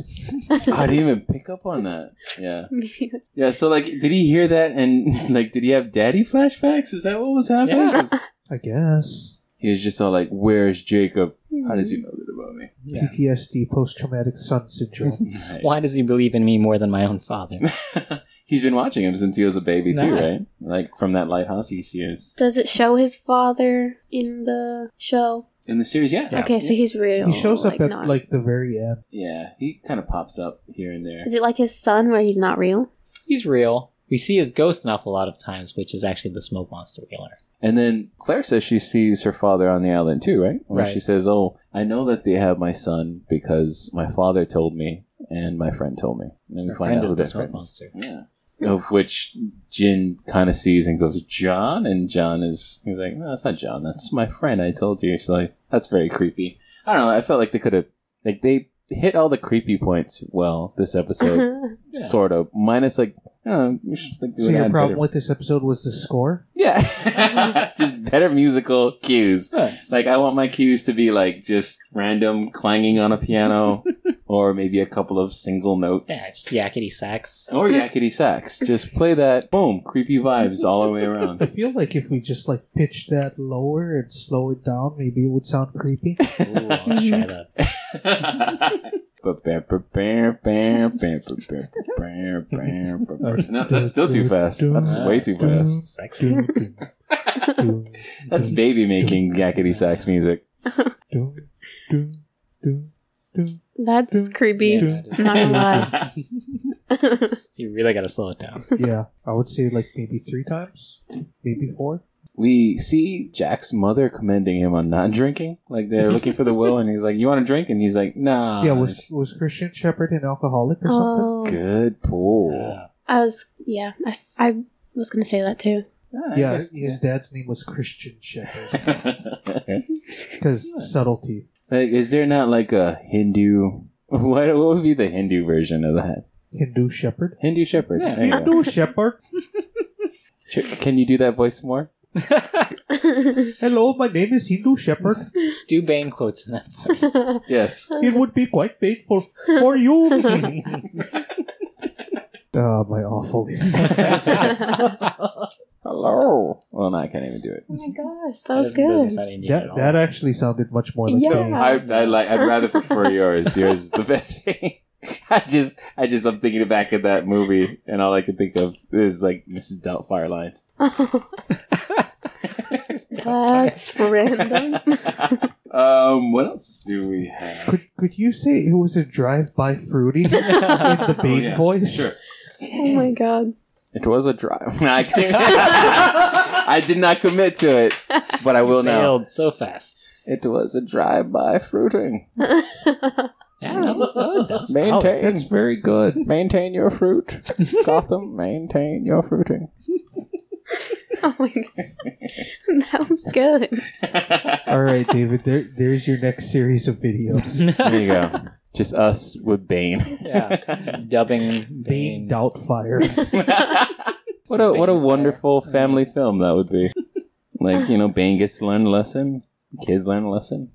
Speaker 3: I didn't even pick up on that. Yeah. Yeah. So like, did he hear that? And like, did he have daddy flashbacks? Is that what was happening?
Speaker 1: Yeah.
Speaker 3: 'Cause
Speaker 2: I guess.
Speaker 3: He was just all like, "Where's Jacob? How does he know that about me?"
Speaker 1: Yeah.
Speaker 2: PTSD, post traumatic sun syndrome.
Speaker 3: Right.
Speaker 1: Why does he believe in me more than my own father?
Speaker 3: He's been watching him since he was a baby too,
Speaker 1: Nah.
Speaker 3: right? Like from that lighthouse he sees
Speaker 4: Does it show his father in the show?
Speaker 3: in the series. Yeah.
Speaker 1: Yeah.
Speaker 4: Okay, so he's real.
Speaker 2: he shows up at
Speaker 4: not-
Speaker 2: like the very end.
Speaker 3: Yeah. He kind of pops up here and there.
Speaker 4: Is it like his son where he's not real?
Speaker 1: He's real. We see his ghost an awful lot of times, which is actually the smoke monster we learn.
Speaker 3: And then Claire says she sees her father on the island too, right? Where
Speaker 1: Right.
Speaker 3: she says, "Oh, I know that they have my son because my father told me and my friend told me." And then we
Speaker 1: Her
Speaker 3: find
Speaker 1: friend
Speaker 3: out
Speaker 1: is
Speaker 3: who
Speaker 1: the
Speaker 3: that
Speaker 1: smoke
Speaker 3: friend is.
Speaker 1: monster.
Speaker 3: Yeah. Of which Jin kind of sees and goes, "John," and John is he's like, "No, it's not John. That's my friend. I told you." She's like, "That's very creepy." I don't know. I felt like they could have like they hit all the creepy points well this episode,
Speaker 1: Yeah.
Speaker 3: sort of. Minus like, I don't know, we should, like, do
Speaker 2: So
Speaker 3: an
Speaker 2: your
Speaker 3: ad
Speaker 2: problem
Speaker 3: better.
Speaker 2: with this episode was the score?
Speaker 3: Yeah. just better musical cues.
Speaker 1: Yeah.
Speaker 3: Like I want my cues to be like just random clanging on a piano or maybe a couple of single notes.
Speaker 1: Yeah, it's yakety sax.
Speaker 3: Or yakety sax. Just play that boom, creepy vibes all the way
Speaker 2: I
Speaker 3: around.
Speaker 2: feel like if we just like pitched that lower and slow it down, maybe it would sound creepy.
Speaker 1: Ooh, let's try that.
Speaker 3: Ba- ba- ba- ba- ba- ba- ba- ba- ba- ba- ba-
Speaker 2: Oh,
Speaker 3: ba- No, that's still too fast. That's way too fast.
Speaker 1: That's sexy.
Speaker 2: Dun, dun, dun,
Speaker 3: That's
Speaker 2: dun,
Speaker 3: baby making yakety sax music.
Speaker 2: dun, dun, dun, dun,
Speaker 4: That's creepy.
Speaker 1: Yeah, that is-
Speaker 4: Not gonna lie.
Speaker 1: you really got to slow it down.
Speaker 2: dun. Yeah, I would say like maybe three times, maybe four.
Speaker 3: we see Jack's mother commending him on not drinking. Like they're looking for the will, and he's like, "You want to drink?" And he's like, "Nah."
Speaker 2: Yeah, was was Christian Shepherd an alcoholic or something?
Speaker 4: Oh,
Speaker 3: good pool.
Speaker 1: Uh,
Speaker 4: I was yeah. I, s- I was gonna say that too.
Speaker 3: Ah, I
Speaker 2: Yeah,
Speaker 3: guess-
Speaker 2: his dad's name was Christian Shepherd because
Speaker 1: Yeah.
Speaker 2: subtlety.
Speaker 3: like, is there not like a Hindu? What, what would be the Hindu version of that?
Speaker 2: Hindu Shepherd.
Speaker 3: Hindu shepherd.
Speaker 1: Yeah.
Speaker 3: There you go.
Speaker 2: Hindu Shepherd.
Speaker 3: Ch- Can you do that voice more?
Speaker 4: Oh
Speaker 2: Hello, my name is Hindu Shepherd.
Speaker 1: Do Bane quotes in that voice.
Speaker 3: Yes.
Speaker 2: It would be quite painful for you. Ah, my awful.
Speaker 4: That-
Speaker 3: Hello. Well, no, I can't even do it.
Speaker 4: oh my gosh, that
Speaker 1: That
Speaker 4: was
Speaker 1: doesn't- doesn't
Speaker 4: good.
Speaker 1: sound Indian
Speaker 2: that,
Speaker 1: at all.
Speaker 2: that actually sounded much more like
Speaker 4: Yeah.
Speaker 2: Bane.
Speaker 3: I, I like. I'd rather prefer yours. Yours is the best thing. I just, I just, I'm thinking back of that movie, and all I can think of is like Mrs. Doubtfire lines.
Speaker 4: That's random.
Speaker 3: um, what else do we have?
Speaker 2: Could could you say it was a drive-by fruity in the Bane
Speaker 3: yeah,
Speaker 2: voice?
Speaker 4: Oh my god.
Speaker 3: It was a drive. I, can't- I did not commit to it, but I will now.
Speaker 1: Nailed so fast.
Speaker 3: It was a drive-by fruiting.
Speaker 1: Yeah, that was good. That was solid.
Speaker 3: Maintain,
Speaker 2: That's very good.
Speaker 3: maintain your fruit, Gotham. Maintain your fruiting.
Speaker 4: Oh my god. That was good.
Speaker 2: All right, David. There, there's your next series of videos.
Speaker 3: There you go. Just us with Bane.
Speaker 1: yeah, just dubbing
Speaker 2: Bane
Speaker 1: Bane.
Speaker 2: Doubtfire.
Speaker 3: What a what a
Speaker 1: Bane.
Speaker 3: wonderful family film that would be. Like you know, Bane gets to learn a lesson, kids learn a lesson.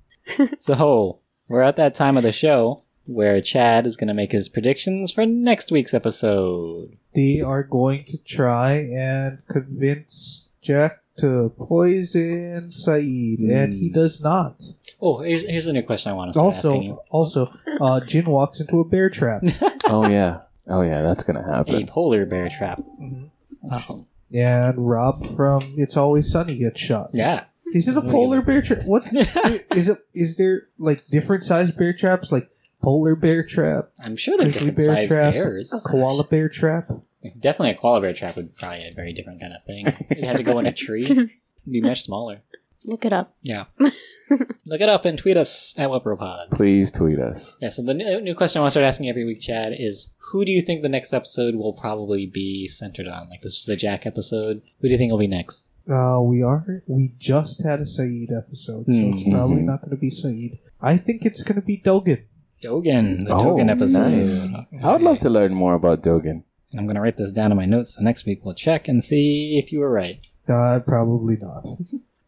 Speaker 1: So we're at that time of the show where Chad is going to make his predictions for next week's episode.
Speaker 2: they are going to try and convince Jack to poison Saeed, and
Speaker 1: Hmm.
Speaker 2: he does not.
Speaker 1: Oh, here's, here's a new question I want to start asking you.
Speaker 2: Also, also, uh, Jin walks into a bear trap.
Speaker 3: Oh yeah, oh yeah, that's gonna
Speaker 1: A
Speaker 3: happen.
Speaker 1: polar bear trap.
Speaker 2: Mhm.
Speaker 1: Oh,
Speaker 2: And Rob from It's Always Sunny gets shot.
Speaker 1: yeah.
Speaker 2: Is it a polar bear trap? What is it? Is there like different size bear traps, like polar bear trap,
Speaker 1: I'm sure they're
Speaker 2: Grizzly
Speaker 1: different
Speaker 2: bear
Speaker 1: sized
Speaker 2: trap.
Speaker 1: bears.
Speaker 2: koala bear trap?
Speaker 1: Definitely a koala bear trap would probably be a very different kind of thing. It had to go in a tree. It'd be much smaller.
Speaker 4: Look it up.
Speaker 1: Yeah. Look it up and tweet us at WebroPod.
Speaker 3: Please tweet us.
Speaker 1: Yeah, so the new, new question I want to start asking every week, Chad, is who do you think the next episode will probably be centered on? Like, this was the Jack episode. Who do you think will be next?
Speaker 2: Uh, we are. We just had a Saeed episode, so it's
Speaker 1: Mhm.
Speaker 2: probably not going to be Saeed. I think it's going to be Dogan.
Speaker 1: Dogen, the
Speaker 3: Oh,
Speaker 1: Dogen episode.
Speaker 3: nice.
Speaker 1: Okay.
Speaker 3: I would love to learn more about Dogen.
Speaker 1: And I'm going to write this down in my notes so next week we'll check and see if you were right.
Speaker 2: Uh, probably not.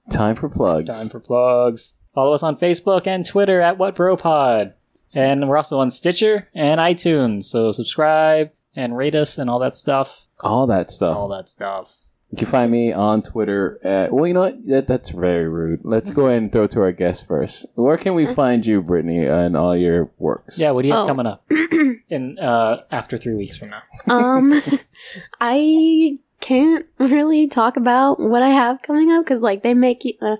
Speaker 3: Time for plugs.
Speaker 1: Time for plugs. Follow us on Facebook and Twitter at WhatBroPod. And we're also on Stitcher and iTunes. So subscribe and rate us and all that stuff.
Speaker 3: All that stuff.
Speaker 1: All that stuff.
Speaker 3: You can find me on Twitter at. Well, you know what? That, that's very rude. Let's go ahead and throw to our guest first. Where can we find you, Brittany, and all your works?
Speaker 1: Yeah, what do you have
Speaker 4: Oh.
Speaker 1: coming up in uh, after three weeks from now?
Speaker 4: um i can't really talk about what i have coming up because like they make you uh,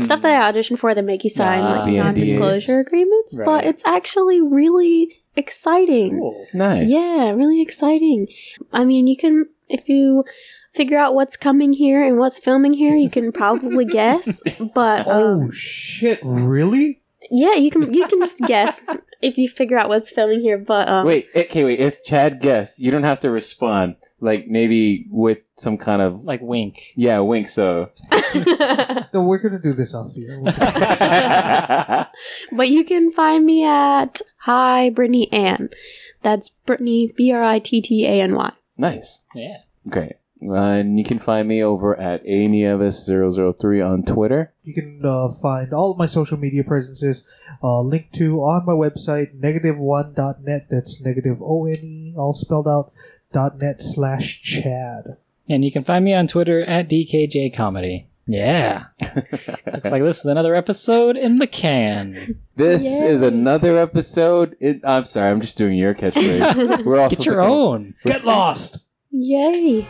Speaker 4: stuff that i audition for they make you sign
Speaker 1: Hmm. Ah,
Speaker 4: like
Speaker 3: the
Speaker 4: non-disclosure agreements
Speaker 1: Right.
Speaker 4: but it's actually really exciting
Speaker 1: Cool.
Speaker 3: Nice.
Speaker 4: yeah really exciting i mean you can if you figure out what's coming here and what's filming here you can probably guess but um,
Speaker 2: Oh shit! Really?
Speaker 4: yeah you can you can just guess if you figure out what's filming here but um
Speaker 3: Wait, okay, wait. If Chad guessed, you don't have to respond. Like maybe with some kind of
Speaker 1: Like wink.
Speaker 3: yeah wink. So
Speaker 2: No, we're gonna do this off the air. We're gonna-
Speaker 3: I
Speaker 4: But you can find me at Hi Brittany Ann. That's Brittany B R I T T A N Y.
Speaker 3: nice.
Speaker 1: Yeah.
Speaker 3: Great. Uh, and you can find me over at anievis003 on Twitter.
Speaker 2: You can uh, find all of my social media presences uh, linked to on my website, negative1.net. That's negative O N E, all spelled out, dot net slash Chad.
Speaker 1: And you can find me on Twitter at DKJ Comedy. Yeah. Looks like this is another episode in the can.
Speaker 3: This
Speaker 4: Yay.
Speaker 3: is another episode. It, I'm sorry, I'm just doing your catchphrase. We're all
Speaker 1: Get
Speaker 3: supposed
Speaker 1: your
Speaker 3: to-
Speaker 1: own.
Speaker 2: Get lost!
Speaker 4: Yay.